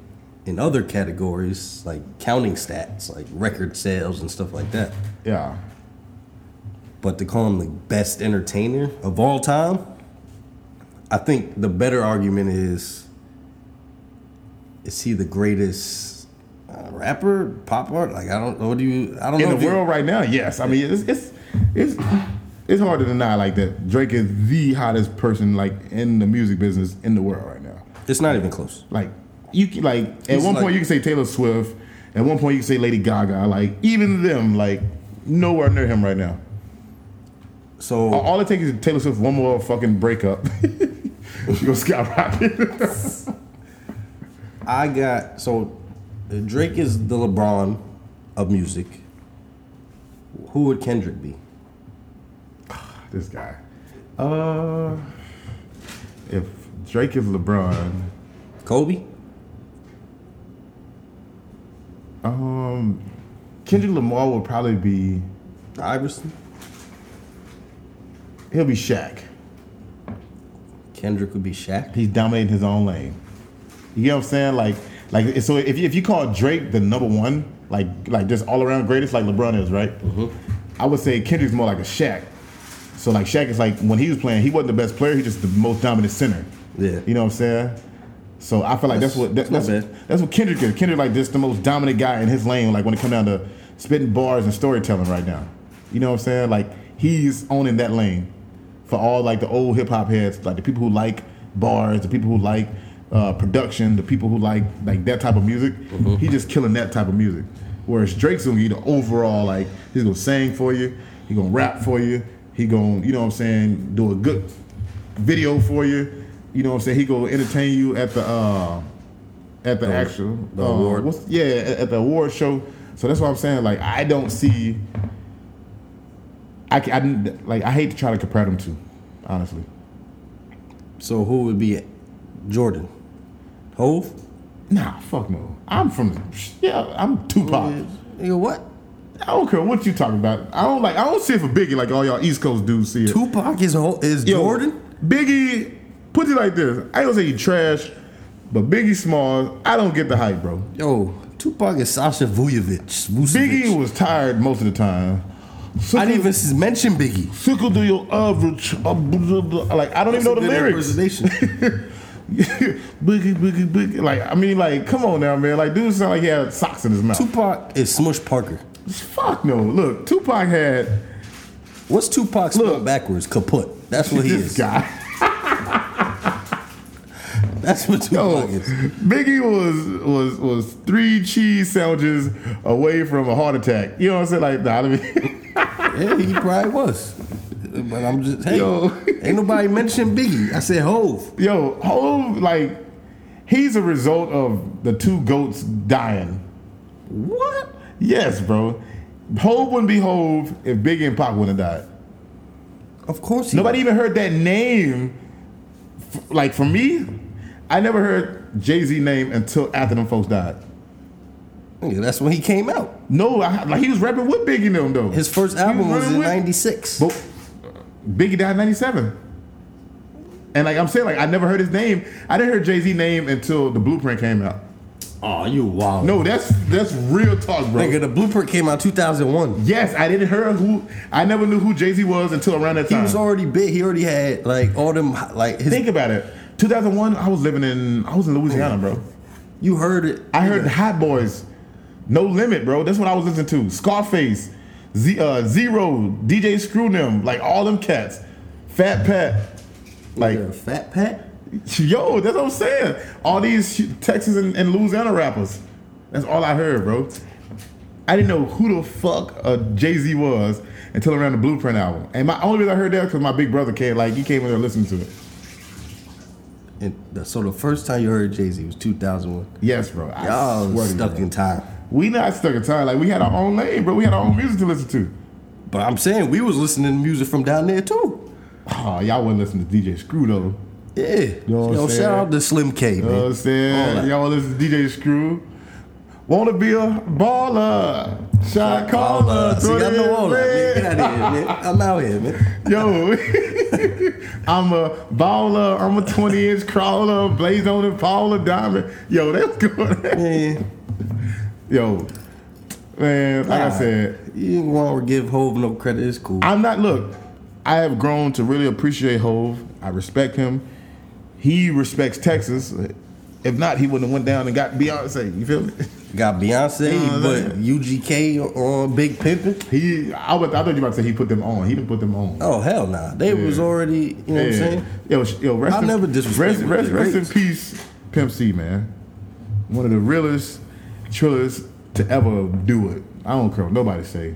S4: in other categories, like counting stats, like record sales and stuff like that.
S3: yeah,
S4: But to call him the best entertainer of all time, I think the better argument is is he the greatest uh, rapper, pop art? Like I don't know. What do you? I don't
S3: in
S4: know.
S3: the
S4: if you-
S3: world right now, yes. I mean, it's it's it's it's hard to deny like that. Drake is the hottest person like in the music business in the world right now.
S4: it's not even close.
S3: Like you can, like at
S4: He's
S3: one
S4: like-
S3: point you can say Taylor Swift, at one point you can say Lady Gaga. Like even them, like nowhere near him right now.
S4: So
S3: All it takes is Taylor Swift one more fucking breakup. *laughs* she gonna skyrocket. *laughs*
S4: I got so Drake is the LeBron of music. Who would Kendrick be?
S3: this guy. Uh, if Drake is LeBron,
S4: Kobe?
S3: um, Kendrick Lamar will probably be.
S4: Iverson?
S3: He'll be Shaq.
S4: Kendrick would be Shaq.
S3: He's dominating his own lane. You get what I'm saying? Like, like so. If you, if you call Drake the number one, like
S4: Mm-hmm.
S3: like just all around greatest, like LeBron is, right? I would say Kendrick's more like a Shaq. So like Shaq is like when he was playing, he wasn't the best player. He just the most dominant center.
S4: Yeah.
S3: You know what I'm saying? So I feel like that's,
S4: That's-
S3: what that,
S4: that's
S3: that's
S4: not
S3: that's,
S4: bad.
S3: what Kendrick is. Kendrick like this the most dominant guy in his lane. Like when it comes down to spitting bars and storytelling right now. You know what I'm saying? Like he's owning that lane for all like the old hip hop heads, like the people who like bars, the people who like uh, production, the people who like like that type of music. He just killing that type of music. Whereas Drake's gonna get the overall like he's gonna sing for you, he gonna rap for you, he gonna you know what I'm saying do a good video for you. You know what I'm saying? He gonna entertain you at the uh, at the actual
S4: the
S3: uh,
S4: award.
S3: what's- yeah, at, at the award show. So that's what I'm saying. Like I don't see. I, ca- I didn't- like I hate to try to compare them to, honestly.
S4: So who would be it? Jordan? Hove?
S3: Nah, fuck no. I'm from yeah. I'm Tupac.
S4: Nigga, what?
S3: I don't care what you talking about. I don't like. I don't see it for Biggie like all y'all East Coast dudes see it.
S4: Tupac is Ho- is
S3: Yo,
S4: Jordan?
S3: Biggie, put it like this. I don't say you trash, but Biggie Small, I don't get the hype, bro.
S4: Yo, Tupac is Sasha Vujovic. Vucevic.
S3: Biggie was tired most of the time.
S4: I didn't even mention Biggie.
S3: Sickle do your average. uh, blah, blah, blah. Like I don't even know the lyrics. *laughs* boogie, boogie, boogie. Like I mean, like come on now, man. Like dude, sound like he had socks in his mouth.
S4: Tupac is Smush Parker.
S3: Fuck no. Look, Tupac had
S4: What's Tupac
S3: Look.
S4: spelled backwards? Kaput. That's what he
S3: this
S4: is.
S3: guy.
S4: That's what
S3: Yo,
S4: Tupac is.
S3: Biggie was was was three cheese sandwiches away from a heart attack. You know what I'm saying? Like, nah, I mean, *laughs*
S4: Yeah, he probably was. But I'm just hey,
S3: Yo.
S4: ain't nobody mentioned Biggie. I said Hove.
S3: yo, Hov, like, he's a result of the two goats dying.
S4: What?
S3: Yes, bro. Hove wouldn't be Hove if Biggie and Pac wouldn't have died.
S4: Of course he
S3: Nobody even heard that name. F- Like for me, I never heard Jay Z name until after them folks died.
S4: Nigga, that's when he came out.
S3: No, I, like he was rapping with Biggie and them though.
S4: His first
S3: He
S4: album was
S3: running
S4: in
S3: with-
S4: '96.
S3: But Biggie died in '97. And like I'm saying, like I never heard his name. I didn't hear Jay Z name until the Blueprint came out.
S4: Oh, you wild.
S3: No, that's that's real talk, bro.
S4: Nigga, the blueprint came out 2001.
S3: Yes, I didn't hear who. I never knew who Jay Z was until around that
S4: He
S3: time.
S4: was already big. He already had like all them like his.
S3: Think about it. 2001, I was living in I was in Louisiana, bro.
S4: you heard it.
S3: I heard Hot Boys, No Limit, bro. That's what I was listening to. Scarface, Z, uh, Zero, DJ Screw them, like all them cats, Fat Pat, like
S4: Yeah, Fat Pat.
S3: *laughs* yo, that's what I'm saying. All these sh- Texas and, and Louisiana rappers. That's all I heard, bro. I didn't know who the fuck uh, Jay Z was until around the Blueprint album. And my only reason I heard that because my big brother came, like he came in there listening to it.
S4: And the, so the first time you heard Jay Z was 2001.
S3: Yes, bro. I
S4: Y'all
S3: swear
S4: was
S3: to you,
S4: stuck
S3: bro.
S4: in time.
S3: We not stuck in time. Like we had our own lane, bro. We had our own music to listen to.
S4: But I'm saying we was listening to music from down there too.
S3: Oh, y'all wasn't listening to DJ Screw though.
S4: Yeah.
S3: what I'm
S4: Yo,
S3: saying?
S4: shout out to Slim K, man.
S3: You know what I'm
S4: All
S3: saying?
S4: that.
S3: Y'all listen to DJ Screw. Wanna be a baller, shot
S4: All
S3: caller.
S4: that. See,
S3: throw
S4: I
S3: it
S4: know
S3: in
S4: all that, man.
S3: red.
S4: Get out of here, man. I'm out here, man.
S3: Yo, *laughs* I'm a baller. I'm a 20 inch crawler. Blaze on and Paula Diamond. Yo, that's good. *laughs*
S4: Yeah.
S3: Yo, man, like I said,
S4: You didn't want to give Hove no credit. It's cool.
S3: I'm not. Look, I have grown to really appreciate Hove. I respect him. He respects Texas. If not, he wouldn't have went down and got Beyonce. You feel me? *laughs*
S4: Got Beyonce,
S3: You know what I'm
S4: but UGK on Big Pimpin'.
S3: He. I, was, I thought you were about to say he put them on. He didn't put them on.
S4: Oh hell nah. They was already, you know what I'm saying?
S3: Yo, sh- yo, rest
S4: I
S3: in,
S4: never disrespect
S3: rest,
S4: what
S3: rest,
S4: they
S3: rest in
S4: raised.
S3: peace, Pimp C, man. One of the realest trillers to ever do it. I don't care. what Nobody say.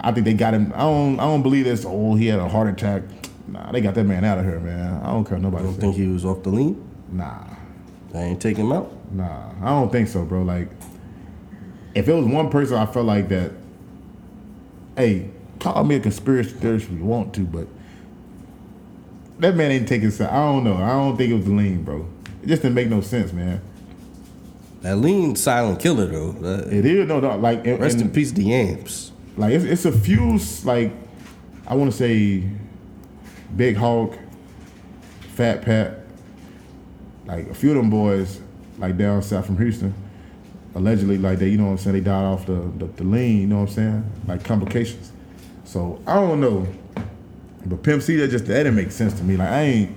S3: I think they got him. I don't. I don't believe this. Oh, he had a heart attack. Nah, they got that man out of here, man. I don't care. what Nobody
S4: I
S3: say.
S4: think he was off the lean.
S3: Nah,
S4: I ain't take him out.
S3: nah. I don't think so, bro. Like, if it was one person, I felt like that. Hey, call me a conspiracy theorist if you want to, but that man ain't taking. si- I don't know. I don't think it was lean, bro. It just didn't make no sense, man.
S4: That lean silent killer though. Uh,
S3: It is no, no like and-
S4: Rest
S3: and-
S4: in peace, the Yams.
S3: Like it's, it's a few like I want to say Big Hawk, Fat Pat, like a few of them boys like down south from Houston, allegedly like they you know what I'm saying they died off the the, the lean you know what I'm saying like complications. So I don't know. But Pimp C, that just that didn't make sense to me. Like I ain't,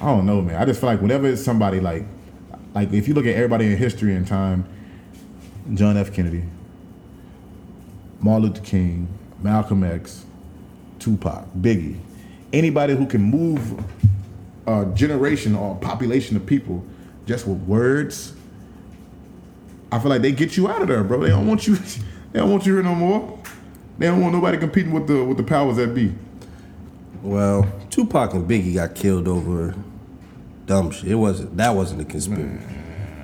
S3: I don't know, man. I just feel like whenever it's somebody like, like if you look at everybody in history and time, John F. Kennedy, Martin Luther King, Malcolm X, Tupac, Biggie, anybody who can move a generation or a population of people just with words, I feel like they get you out of there, bro. They don't want you. *laughs* They don't want you here no more. They don't want nobody competing with the with the powers that be.
S4: Well, Tupac and Biggie got killed over dumb shit. It wasn't that wasn't a conspiracy.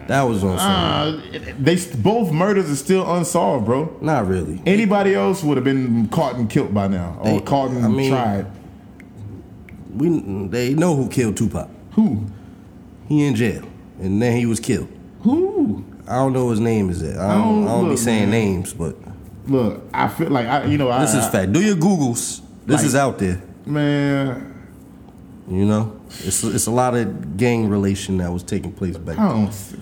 S4: That was on some
S3: Uh, they st- both murders are still unsolved, bro.
S4: not really.
S3: Anybody else would have been caught and killed by now, or
S4: They-
S3: caught and
S4: I mean-
S3: tried.
S4: We they know who killed Tupac.
S3: Who?
S4: He in jail, and then he was killed.
S3: Who?
S4: I don't know his name is it. I don't, I
S3: Oh,
S4: don't be
S3: look,
S4: saying
S3: man.
S4: names, but
S3: Look, I feel like I, you know, I,
S4: this is
S3: I-
S4: fact. Do your googles. This
S3: Like-
S4: is out there.
S3: man.
S4: You know, it's it's a lot of gang relation that was taking place back.
S3: I don't. s-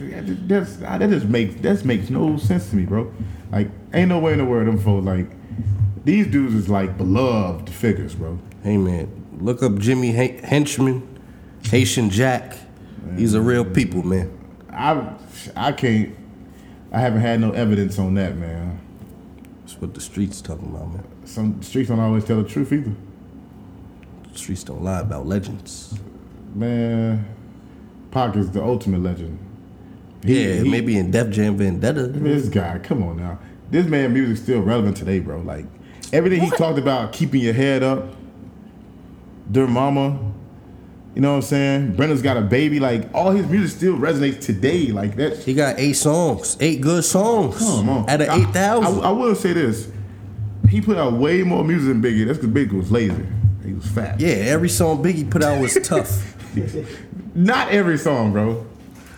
S3: That's I- that just makes that makes no sense to me, bro. Like, ain't no way in the world them folks like these dudes is like beloved figures, bro.
S4: Hey man, look up Jimmy H- Henchman, Haitian Jack. These are real people, man.
S3: I I can't. I haven't had no evidence on that, man.
S4: That's what the streets talking about, man.
S3: Some streets don't always tell the truth either.
S4: The streets don't lie about legends.
S3: Man, Pac is the ultimate legend. He-
S4: Yeah,
S3: he-
S4: maybe in Def Jam Vendetta.
S3: This guy, come on now. This man music's still relevant today, bro. Like everything he talked about, keeping your head up, dear mama. You know what I'm saying? Brenda's got a baby. Like all his music still resonates today. Like that.
S4: He got eight songs, eight good songs
S3: Come on.
S4: out of
S3: I-
S4: eight
S3: I,
S4: thousand.
S3: I will say this. He put out way more music than Biggie. That's because Biggie was lazy. He was fat.
S4: Yeah, every song Biggie put out was
S3: *laughs*
S4: tough.
S3: Not every song, bro.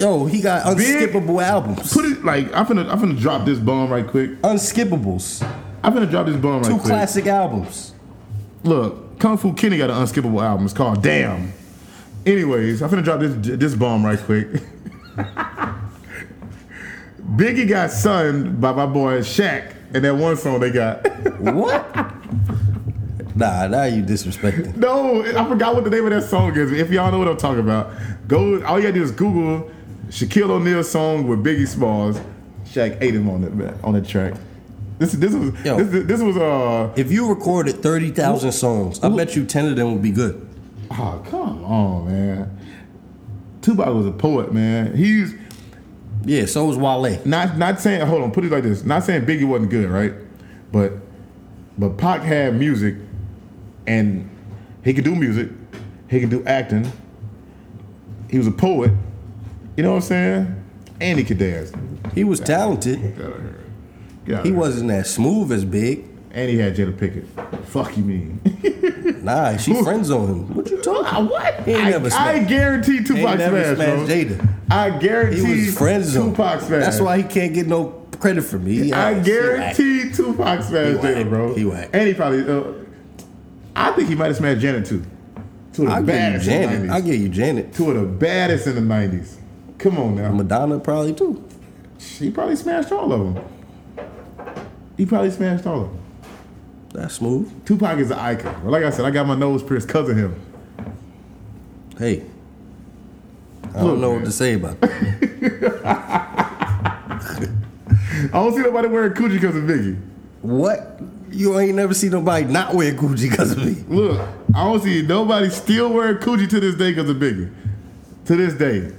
S4: Yo, he got
S3: Big-
S4: unskippable albums.
S3: Put it like I'm finna I'm finna drop this bomb right quick.
S4: Unskippables.
S3: I'm finna drop this bomb right
S4: Two
S3: quick.
S4: classic albums.
S3: Look, Kung Fu Kenny got an unskippable album. It's called Damn. Anyways, I'm finna drop this this bomb right quick. *laughs* Biggie got sunned by my boy Shaq, and that one song they got. *laughs*
S4: What? nah, now you disrespecting.
S3: no, I forgot what the name of that song is. If y'all know what I'm talking about, go. All you gotta do is Google Shaquille O'Neal song with Biggie Smalls. Shaq ate him on that on that track. This this was
S4: Yo.
S3: this, this was uh
S4: If you recorded thirty thousand songs, I bet you ten of them would be good.
S3: Oh, come on, man. Tupac was a poet, man. He's
S4: Yeah, so was Wale.
S3: not not saying hold on, put it like this. Not saying Biggie wasn't good, right? But but Pac had music and he could do music, he could do acting, he was a poet, you know what I'm saying? And he could dance.
S4: He was talented.
S3: Get out of here. Get out of
S4: He
S3: here.
S4: wasn't as smooth as Big.
S3: and he had Jada Pickett. Fuck
S4: *laughs*
S3: you mean.
S4: Nah, she friends on him. What you talking?
S3: Uh, what?
S4: He ain't
S3: I,
S4: never
S3: I
S4: smashed.
S3: guarantee
S4: He
S3: Tupac
S4: never
S3: smashed, bro.
S4: smashed Jada.
S3: I
S4: He
S3: guarantee
S4: was friend zone.
S3: Tupac smashed.
S4: That's why he can't get no credit from me. He
S3: I
S4: ass.
S3: guarantee Tupac smashed
S4: whack.
S3: Jada, bro.
S4: He whack.
S3: And he probably. Uh, I think he might have smashed Janet too. Two of the
S4: I'll give you
S3: baddest in
S4: Janet.
S3: the
S4: I'll
S3: 90s.
S4: give you Janet.
S3: Two of the baddest in the 90s. Come on now.
S4: Madonna probably too.
S3: He probably smashed all of them. He probably smashed all of them.
S4: That's smooth.
S3: Tupac is an icon. Well, like I said, I got my nose pierced because of him.
S4: Hey. I don't
S3: Look,
S4: know what
S3: man.
S4: to say about
S3: *laughs*
S4: that.
S3: I don't see nobody wearing coochie because of Biggie.
S4: What? You ain't never seen nobody not wear Gucci because of me.
S3: Look, I don't see nobody still wearing coochie to this day because of Biggie. To this day.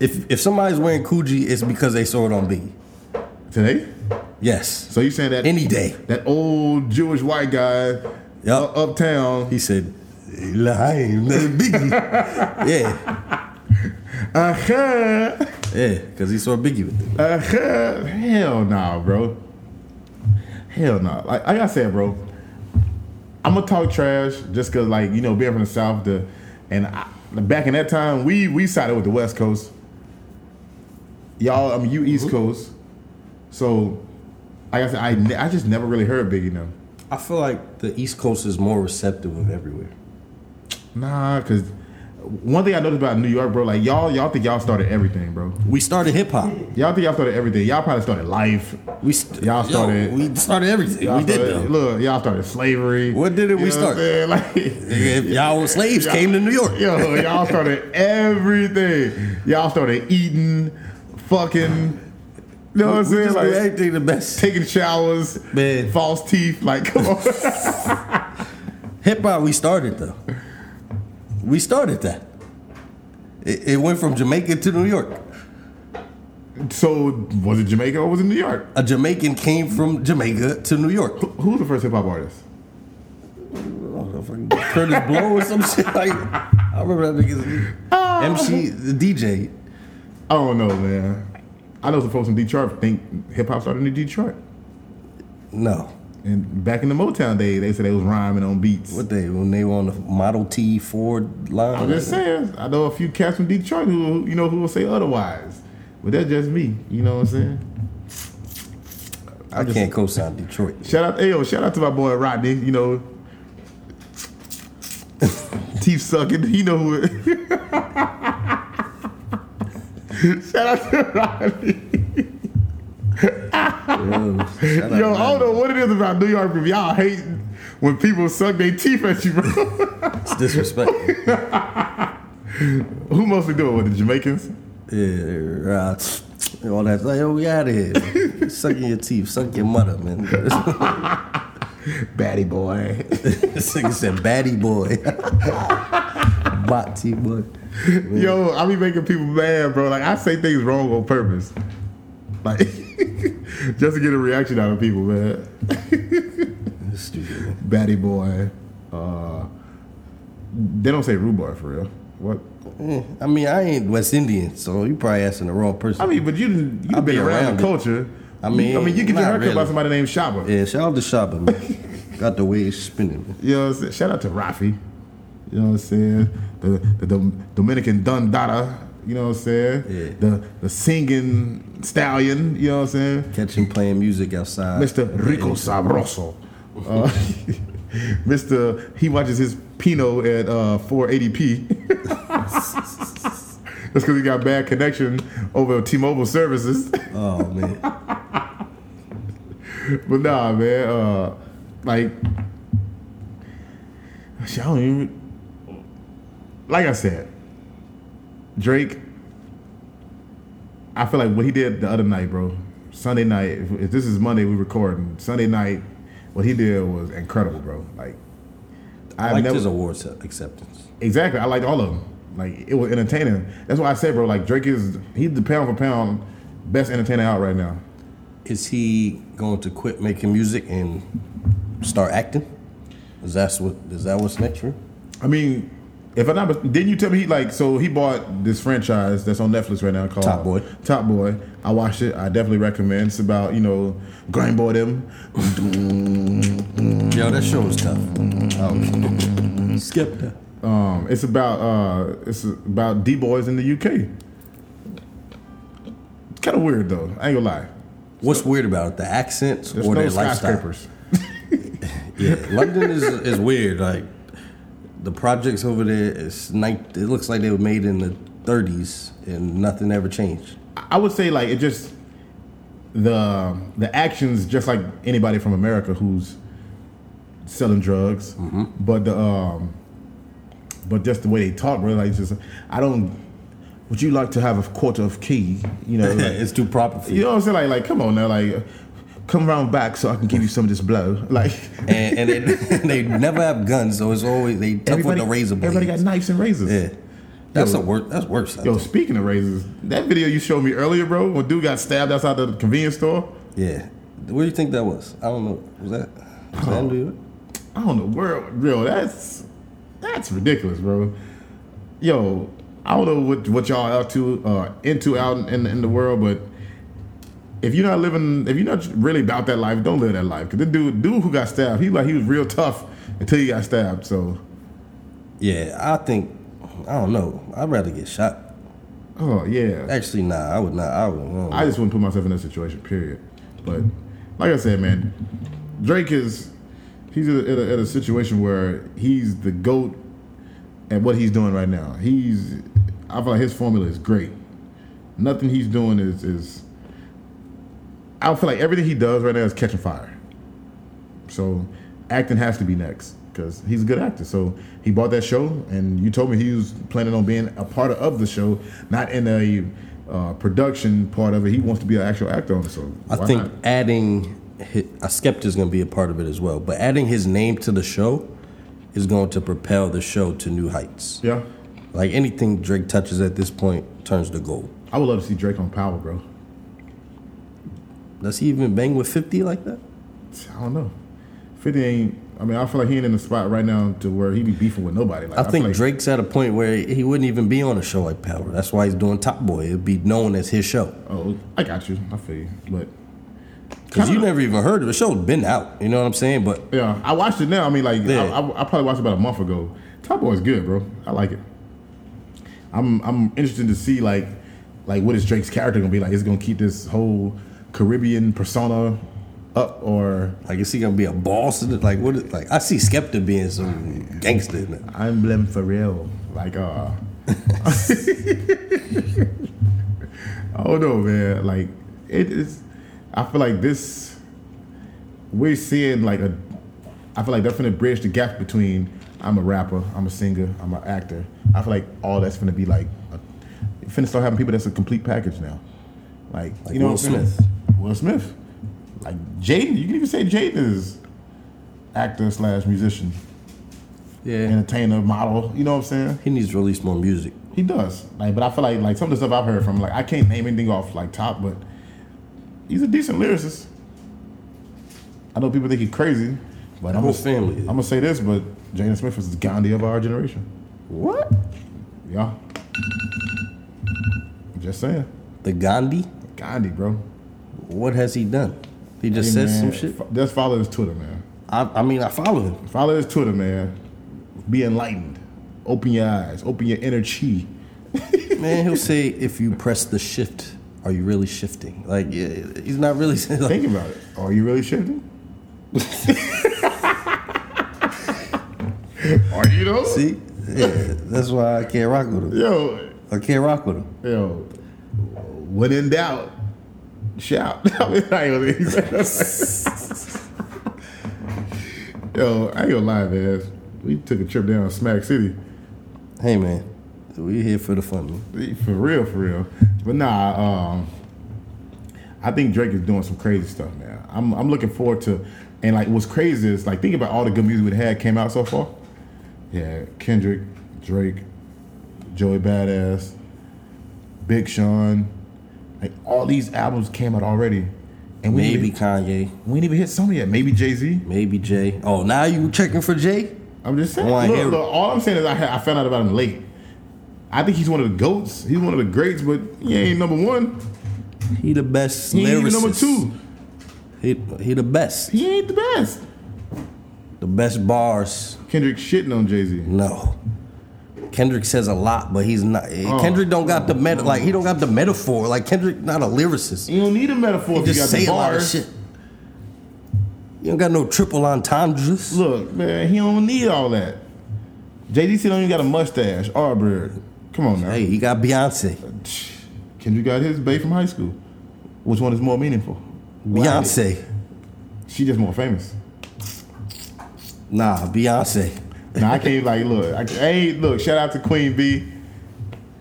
S4: If if somebody's wearing Gucci, it's because they saw it on Biggie.
S3: Today?
S4: Yes.
S3: So you saying that
S4: Any day.
S3: that old Jewish white guy
S4: Yup.
S3: u- uptown,
S4: He said, "I ain't nothing
S3: *laughs*
S4: Biggie." yeah,
S3: uh-huh,
S4: yeah, because he saw Biggie with it.
S3: uh-huh. hell nah, bro. Hell nah. Like, like I said, bro, I'm gonna talk trash just cause like, you know, being from the South the and I, back in that time we we sided with the West Coast. Y'all, I mean you East Coast. So like I said, I, ne- I just never really heard Biggie now.
S4: I feel like the East Coast is more receptive of everywhere.
S3: Nah, cause one thing I noticed about New York, bro, like y'all, y'all think y'all started everything, bro.
S4: We started hip hop.
S3: Y'all think y'all started everything. Y'all probably started life.
S4: We st-
S3: Y'all
S4: yo,
S3: started-
S4: we started everything.
S3: Y'all
S4: we did
S3: started-
S4: though.
S3: Look, y'all started slavery.
S4: What did it we
S3: You know
S4: start?
S3: what I'm saying? *laughs* Like,
S4: If y'all were slaves, came to New York.
S3: yo, y'all started everything. Y'all started eating, fucking. You know what I'm
S4: we
S3: saying?
S4: just do
S3: Like
S4: everything the best.
S3: taking showers,
S4: Man.
S3: false teeth. Like, come on. *laughs*
S4: Hip hop, we started though. We started that. It, it went from Jamaica to New York.
S3: so, was it Jamaica or was it New York?
S4: A Jamaican came from Jamaica to New York.
S3: Who- Who's the first hip hop artist?
S4: Curtis Blow or some shit. Like, I remember that nigga's MC, the DJ.
S3: I don't know, man. I know some folks in Detroit think hip hop started in Detroit.
S4: No.
S3: And back in the Motown days, they said they was rhyming on beats.
S4: What they when they were on the Model T Ford line?
S3: I'm just saying, I know a few cats from Detroit who who, you know who will say otherwise, but that's just me. You know what I'm saying?
S4: I can't co-sign Detroit.
S3: Shout out, hey, yo, shout out to my boy Rodney. You know, *laughs* teeth sucking. He know who. It. *laughs* shout out to Rodney. *laughs* Yo, I don't know what it is about New York, but y'all hate when people suck their teeth at you, bro. *laughs*
S4: It's disrespectful.
S3: who mostly do it with the Jamaicans?
S4: Yeah, uh, all that. Like, yo, we out of here. Sucking your teeth, suck your mother, man. this
S3: Batty boy.
S4: nigga said, "Batty boy, *laughs* bot T boy."
S3: Yo, I be making people mad, bro. Like I say things wrong on purpose, like *laughs* just to get a reaction out of people, man.
S4: Stupid.
S3: Batty boy. Uh, they don't say rhubarb for real. What?
S4: Mm, I mean, I ain't West Indian, so you probably asking the wrong person.
S3: I mean, but you done- you
S4: I
S3: been
S4: be
S3: around,
S4: around
S3: the
S4: it.
S3: culture.
S4: I mean,
S3: I mean, you get your
S4: not
S3: haircut by
S4: really.
S3: somebody named Shaba.
S4: yeah, shout out to Shaba, man. Got the way spinning. Man.
S3: You know what I'm saying? Shout out to Rafi. You know what I'm saying? The the, Dom- Dominican Dundada. You know what I'm saying?
S4: Yeah.
S3: The the singing stallion. You know what I'm saying?
S4: Catch him playing music outside.
S3: Mr. Rico Sabroso. Uh, *laughs* Mr. He watches his Pino at uh, 480p. *laughs* That's because he got bad connection over T-Mobile services. *laughs*
S4: Oh *laughs* man.
S3: but nah, man. Uh, like, shit, I don't even. Like I said, Drake. I feel like what he did the other night, bro. Sunday night. If, if this is Monday, we recording. Sunday night, what he did was incredible, bro. Like,
S4: I
S3: I've
S4: liked his awards acceptance.
S3: Exactly. I liked all of them. Like it was entertaining. That's why I said, bro. Like Drake is he's the pound for pound best entertainer out right now.
S4: Is he going to quit making music and start acting? Is that what is that what's next for? him?
S3: I mean, if I'm not, didn't you tell me he like so he bought this franchise that's on Netflix right now called
S4: Top Boy.
S3: Top Boy. I watched it. I definitely recommend. It's about you know grind boy them.
S4: Yo, that show is tough. Oh. Skip that.
S3: Um, it's about uh, it's about d boys in the UK. Kind of weird though. I ain't gonna lie.
S4: What's weird about it? The accents
S3: There's
S4: or
S3: no
S4: their lifestyle?
S3: *laughs* skyscrapers.
S4: Yeah, London is is weird. Like the projects over there, it's nine, it looks like they were made in the 30s and nothing ever changed.
S3: I would say like it just the the actions just like anybody from America who's selling drugs,
S4: Mm-hmm.
S3: but the um, but just the way they talk, bro. Like just I don't. Would you like to have a quarter of key? You know,
S4: *laughs*
S3: like-
S4: it's too proper for
S3: you
S4: you.
S3: know what I'm saying? Like, like come on now, like come round back so I can give you some of this blow. *laughs* Like
S4: And, and they, *laughs* they never have guns, so it's always they tough with
S3: everybody,
S4: the razor blades.
S3: everybody got knives and razors.
S4: Yeah. That's a wor- That's worse. I
S3: Yo,
S4: think.
S3: speaking of razors, that video you showed me earlier, bro, when dude got stabbed outside the convenience store.
S4: Yeah. Where do you think that was? I don't know. Was that? Was that New York?
S3: I don't know where, real. That's that's ridiculous, bro. Yo, I don't know what what y'all out to uh, into out in in the world, but if you're not living, if you're not really about that life, don't live that life. Cause the dude dude who got stabbed, he like he was real tough until he got stabbed. So,
S4: Yeah, I think. I don't know. I'd rather get shot.
S3: oh yeah,
S4: Actually, nah. I would not. I would. I don't know.
S3: I just wouldn't put myself in that situation. Period. But like I said, man, Drake is he's at a, at a, at a situation where he's the goat at what he's doing right now. He's I feel like his formula is great. Nothing he's doing is is I feel like everything he does right now is catching fire. So acting has to be next because he's a good actor. So he bought that show, and you told me he was planning on being a part of the show, not in a uh, production part of it. He wants to be an actual actor on it. So
S4: I
S3: why
S4: think
S3: not?
S4: adding hi- a skeptic is going to be a part of it as well. But adding his name to the show is going to propel the show to new heights.
S3: yeah,
S4: Like anything Drake touches at this point turns to gold.
S3: I would love to see Drake on Power, bro.
S4: Does he even bang with fifty like that?
S3: I don't know. Fifty ain't. I mean, I feel like he ain't in the spot right now to where he be beefing with nobody. Like
S4: I, think
S3: feel like,
S4: Drake's at a point where he wouldn't even be on a show like Power. That's why he's doing Top Boy. It'd be known as his show.
S3: Oh, I got you. I feel you, but
S4: Because you never even heard of it. The show's been out. You know what I'm saying? But
S3: Yeah, I watched it now. I mean, like
S4: Yeah.
S3: I, I, I probably watched it about a month ago. Top Boy is good, bro. I like it. I'm I'm interested to see like like what is Drake's character gonna be like? Is it gonna keep this whole Caribbean persona up or
S4: like, is he gonna be a boss? in it? Like, what? Is, like, I see Skepta being some gangster. In it.
S3: I'm Blem for real? Like uh, *laughs* I don't know, man. Like it is. I feel like this. We're seeing like a. I feel like that's gonna bridge the gap between I'm a rapper, I'm a singer, I'm an actor. I feel like all that's gonna be like, a, it's finna start having people that's a complete package now. Like,
S4: Like
S3: you know
S4: Will
S3: what I'm saying?
S4: Smith.
S3: Will Smith. Like Jaden, you can even say Jaden is actor slash musician,
S4: Yeah,
S3: entertainer, model. You know what I'm saying?
S4: he needs to release more music.
S3: He does. Like, but I feel like like some of the stuff I've heard from like I can't name anything off like top, but he's a decent lyricist. I know people think he's crazy, but I'm
S4: whole
S3: gonna-
S4: family is.
S3: I'm gonna say this, but Jaden Smith is the Gandhi of our generation.
S4: What?
S3: Yeah. Just saying,
S4: The Gandhi?
S3: Gandhi, bro.
S4: What has he done? He just
S3: Hey,
S4: said
S3: man,
S4: some shit.
S3: fo- Just follow his Twitter, man.
S4: I, I mean, I follow him.
S3: Follow his Twitter, man. Be enlightened. Open your eyes. Open your inner chi.
S4: Man, he'll say if you press the shift, are you really shifting? Like, yeah, he's not really. *laughs* saying, Like,
S3: Think about it. Are you really shifting? *laughs* Are you though?
S4: see, yeah, that's why I can't rock with him.
S3: Yo,
S4: I can't rock with him.
S3: yo. When in doubt, shout. *laughs* I mean, I ain't gonna *laughs* yo, I ain't gonna lie, man. We took a trip down to Smack City.
S4: Hey, man, we here for the fun. Man.
S3: For real, for real. But nah, um, I think Drake is doing some crazy stuff, man. I'm I'm looking forward to, and like what's crazy is like think about all the good music we had came out so far. Yeah, Kendrick, Drake, Joey Badass, Big Sean, like all these albums came out already, and we ain't
S4: Maybe
S3: even-
S4: Kanye,
S3: we ain't even hit some yet. Maybe Jay Z.
S4: maybe Jay. Oh, now you checking for Jay?
S3: I'm just saying.
S4: I wanna
S3: Look,
S4: hear-
S3: look, all I'm saying is I, ha- I found out about him late. I think he's one of the goats. He's one of the greats, but he ain't number one.
S4: He the best
S3: He
S4: lyricist.
S3: ain't even number two.
S4: He, he the best.
S3: He ain't the best.
S4: The best bars.
S3: Kendrick shitting on Jay Z.
S4: No. Kendrick says a lot, but he's not. Eh, Kendrick don't got the meta, like he don't got the metaphor. Like Kendrick, not a lyricist.
S3: You don't need a metaphor if you got
S4: just say a
S3: the
S4: lot of
S3: bars.
S4: shit. You don't got no triple entendres.
S3: Look, man, he don't need all that. Jay Z still don't even got a mustache. Arbor. Come on now.
S4: Hey, he got Beyonce.
S3: Kendrick got his bae from high school. Which one is more meaningful?
S4: Beyonce.
S3: She just more famous.
S4: Nah, Beyonce.
S3: Nah, I can't like look. I, hey, look. Shout out to Queen B.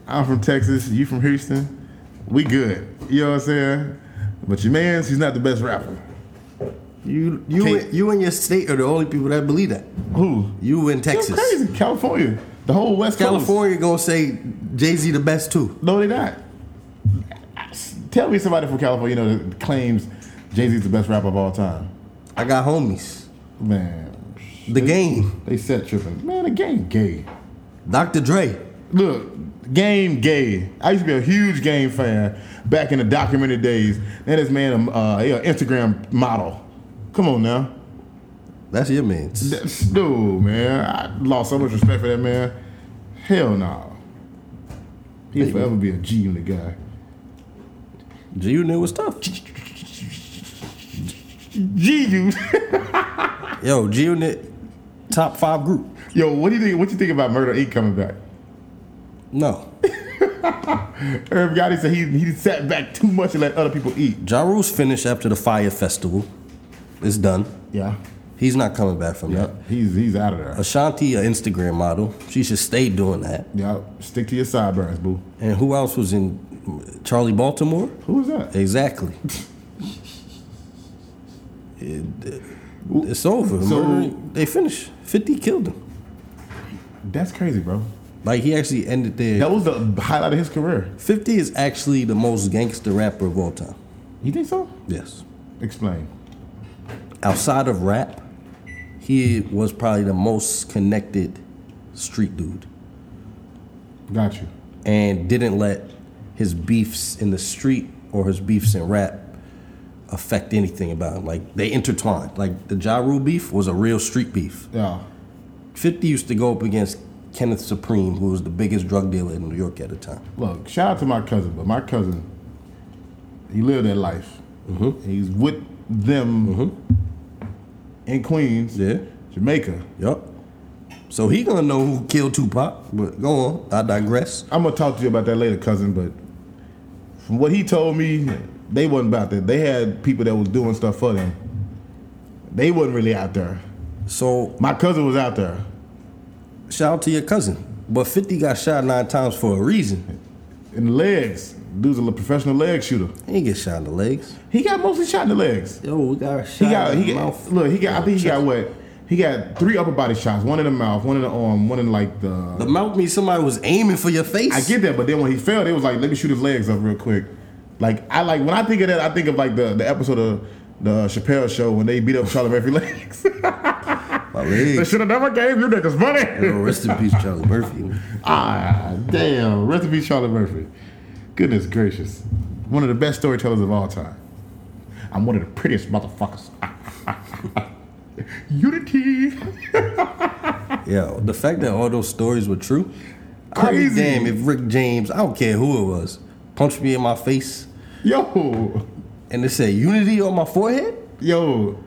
S3: I'm from Texas. You from Houston? We good. You know what I'm saying? But your man's he's not the best rapper.
S4: You you
S3: Can't-
S4: and- you and your state are the only people that believe that.
S3: Who?
S4: You in
S3: You're
S4: Texas.
S3: crazy. California. The whole West Coast.
S4: California gonna say Jay Z the best too.
S3: No, they not. Tell me somebody from California you know that claims Jay Z's the best rapper of all time.
S4: I got homies.
S3: Man,
S4: The game.
S3: they set tripping. Man, the game gay.
S4: Dr. Dre.
S3: Look, game gay. I used to be a huge game fan back in the documentary days. And this man, um, uh, he an Instagram model. Come on now,
S4: That's your man.
S3: That's- dude, man. I lost so much respect for that man. Hell no. He'll forever be a G unit guy.
S4: G Unit was tough.
S3: G unit.
S4: Yo, G Unit top five group.
S3: *laughs* Yo, what do you think? What you think about Murder Inc. coming back?
S4: No.
S3: Irv Gotti said he he sat back too much and let other people eat.
S4: Ja Rule's finished after the Fire Festival. It's done.
S3: Yeah,
S4: He's not coming back from
S3: yeah.
S4: that.
S3: He's he's out of there.
S4: Ashanti, an Instagram model, she should stay doing that.
S3: Yeah, stick to your sideburns, boo.
S4: And who else was in Charlie Baltimore?
S3: Who was that?
S4: Exactly. It- it's over.
S3: So-
S4: Murder, they finished. 50 killed him.
S3: That's crazy, bro.
S4: Like, he actually ended there.
S3: That was the highlight of his career.
S4: 50 is actually the most gangster rapper of all time.
S3: You think so?
S4: Yes.
S3: Explain.
S4: Outside of rap, he was probably the most connected street dude.
S3: Got you.
S4: and didn't let his beefs in the street or his beefs in rap affect anything about him. Like they intertwined. Like the Ja Rule beef was a real street beef.
S3: Yeah.
S4: 50 used to go up against Kenneth Supreme, who was the biggest drug dealer in New York at the time.
S3: Look, shout out to my cousin, but my cousin, he lived that life. He's with them Mm-hmm. in Queens,
S4: Yeah.
S3: Jamaica.
S4: Yup. So he gonna know who killed Tupac, but go on, I digress.
S3: I'm gonna talk to you about that later, cousin. But from what he told me, they wasn't about that. They had people that was doing stuff for them. They wasn't really out there.
S4: So
S3: My cousin was out there.
S4: shout out to your cousin. But 50 got shot nine times for a reason.
S3: In the legs. Dude's a professional leg shooter.
S4: He didn't get shot in the legs.
S3: He got mostly shot in the legs.
S4: Yo, we got shot
S3: He got
S4: in the
S3: he got
S4: mouth.
S3: look, he got I
S4: Yeah,
S3: think he
S4: chest.
S3: got what? He got three upper body shots, one in the mouth, one in the arm, one in like
S4: The
S3: the
S4: mouth means somebody was aiming for your face.
S3: I get that, but then when he fell, they was like, let me shoot his legs up real quick. Like I like when I think of that, I think of like the, the episode of the uh, Chappelle show when they beat up Charlie Murphy *laughs* legs.
S4: my
S3: they
S4: legs.
S3: should have never gave you niggas money.
S4: Yo, rest in peace, Charlie Murphy.
S3: *laughs* ah damn. Rest in peace, Charlie Murphy. Goodness gracious. One of the best storytellers of all time. I'm one of the prettiest motherfuckers. *laughs* Unity.
S4: Yo, the fact that all those stories were true, I'd
S3: Crazy.
S4: be damn if Rick James, I don't care who it was, punched me in my face
S3: Yo.
S4: and they said unity on my forehead,
S3: Yo,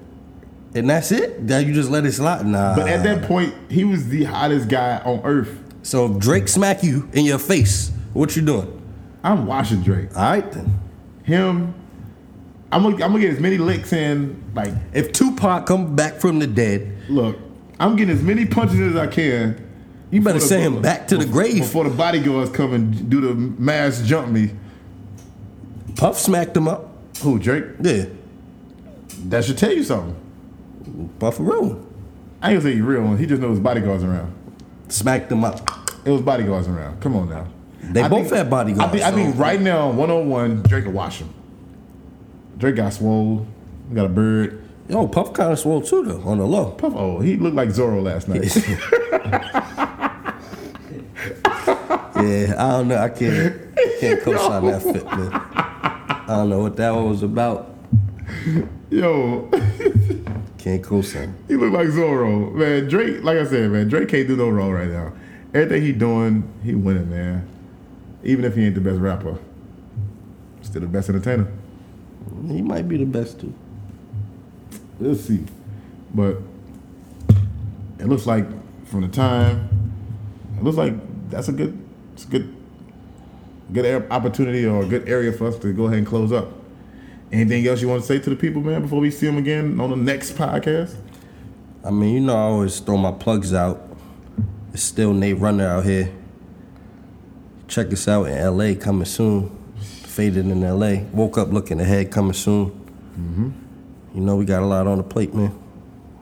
S4: and that's it. That you just let it slide. Nah.
S3: but at that point, he was the hottest guy on earth.
S4: so if Drake smack you in your face, what you doing?
S3: I'm watching Drake.
S4: All right then.
S3: Him, I'm gonna, I'm gonna get as many licks in. Like,
S4: If Tupac come back from the dead,
S3: look, I'm getting as many punches as I can.
S4: you better
S3: before
S4: send
S3: the-
S4: him back to the grave.
S3: before the bodyguards come and do the mass jump me.
S4: Puff smacked him up.
S3: Who Drake?
S4: Yeah,
S3: That should tell you something.
S4: Puff room.
S3: I ain't gonna say you real one. He just knows bodyguards around.
S4: Smacked him up.
S3: It was bodyguards around. Come on now.
S4: They both had bodyguards,
S3: I think, I think
S4: so-
S3: right now, one on one, Drake will wash him. Drake got swole. Got a bird.
S4: Yo, Puff kind of swole too, though, on the
S3: *laughs*
S4: low. *laughs*
S3: Puff, oh, he looked like Zorro last night.
S4: Yeah, I don't know. I can't
S3: *laughs*
S4: can't coach on that fit, man. I don't know what that one was about.
S3: Yo,
S4: Can't co-sign.
S3: he looked like Zorro. Man, Drake, like I said, man, Drake can't do no wrong right now. Everything he doing, he winning, man. Even if he ain't the best rapper, still the best entertainer.
S4: He might be the best too.
S3: We'll see. But it looks like from the time, it looks like that's a good, it's a good, good air- opportunity or a good area for us to go ahead and close up. Anything else you want to say to the people, man, before we see them again on the next podcast?
S4: I mean, you know, I always throw my plugs out. It's still Nate Runner out here. Check us out in LA coming soon. Faded in LA. Woke up looking ahead coming soon. You know, we got a lot on the plate, man.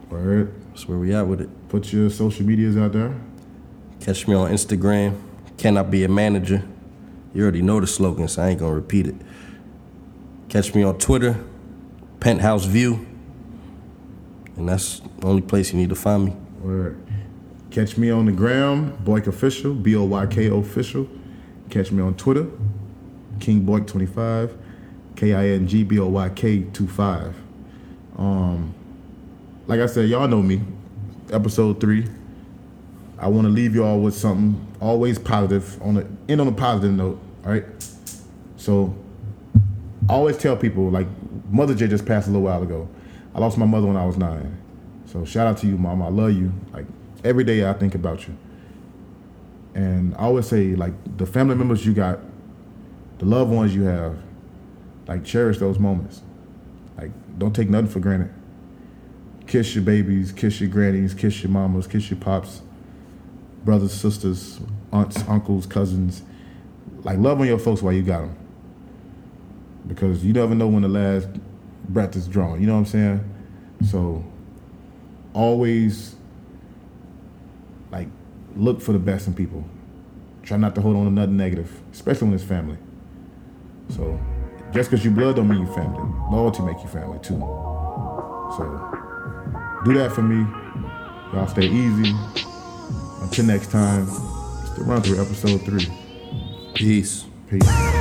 S3: Word.
S4: That's where we at with it.
S3: Put your social medias out there.
S4: Catch me on Instagram. Can I be a manager? You already know the slogan, so I ain't gonna repeat it. Catch me on Twitter, Penthouse View. And that's the only place you need to find me.
S3: Word. Catch me on the gram, Boyk Official, B O Y K Official. Catch me on Twitter, King Boyk25, K I N G B O Y K 25. Um, like I said, y'all know me. Episode three. I want to leave y'all with something always positive on the end on a positive note. All right. So I always tell people like Mother J just passed a little while ago. I lost my mother when I was nine. So shout out to you, Mom. I love you. Like every day I think about you. And I always say, like, the family members you got, the loved ones you have, like, cherish those moments. Like, don't take nothing for granted. Kiss your babies, kiss your grannies, kiss your mamas, kiss your pops, brothers, sisters, aunts, uncles, cousins. Like, love on your folks while you got them. Because you never know when the last breath is drawn. You know what I'm saying? So, always like look for the best in people. Try not to hold on to nothing negative, especially when it's family. So just because you blood don't mean you family. Loyalty make you family too. So do that for me. Y'all stay easy. Until next time, it's the run through episode three.
S4: Peace.
S3: Peace.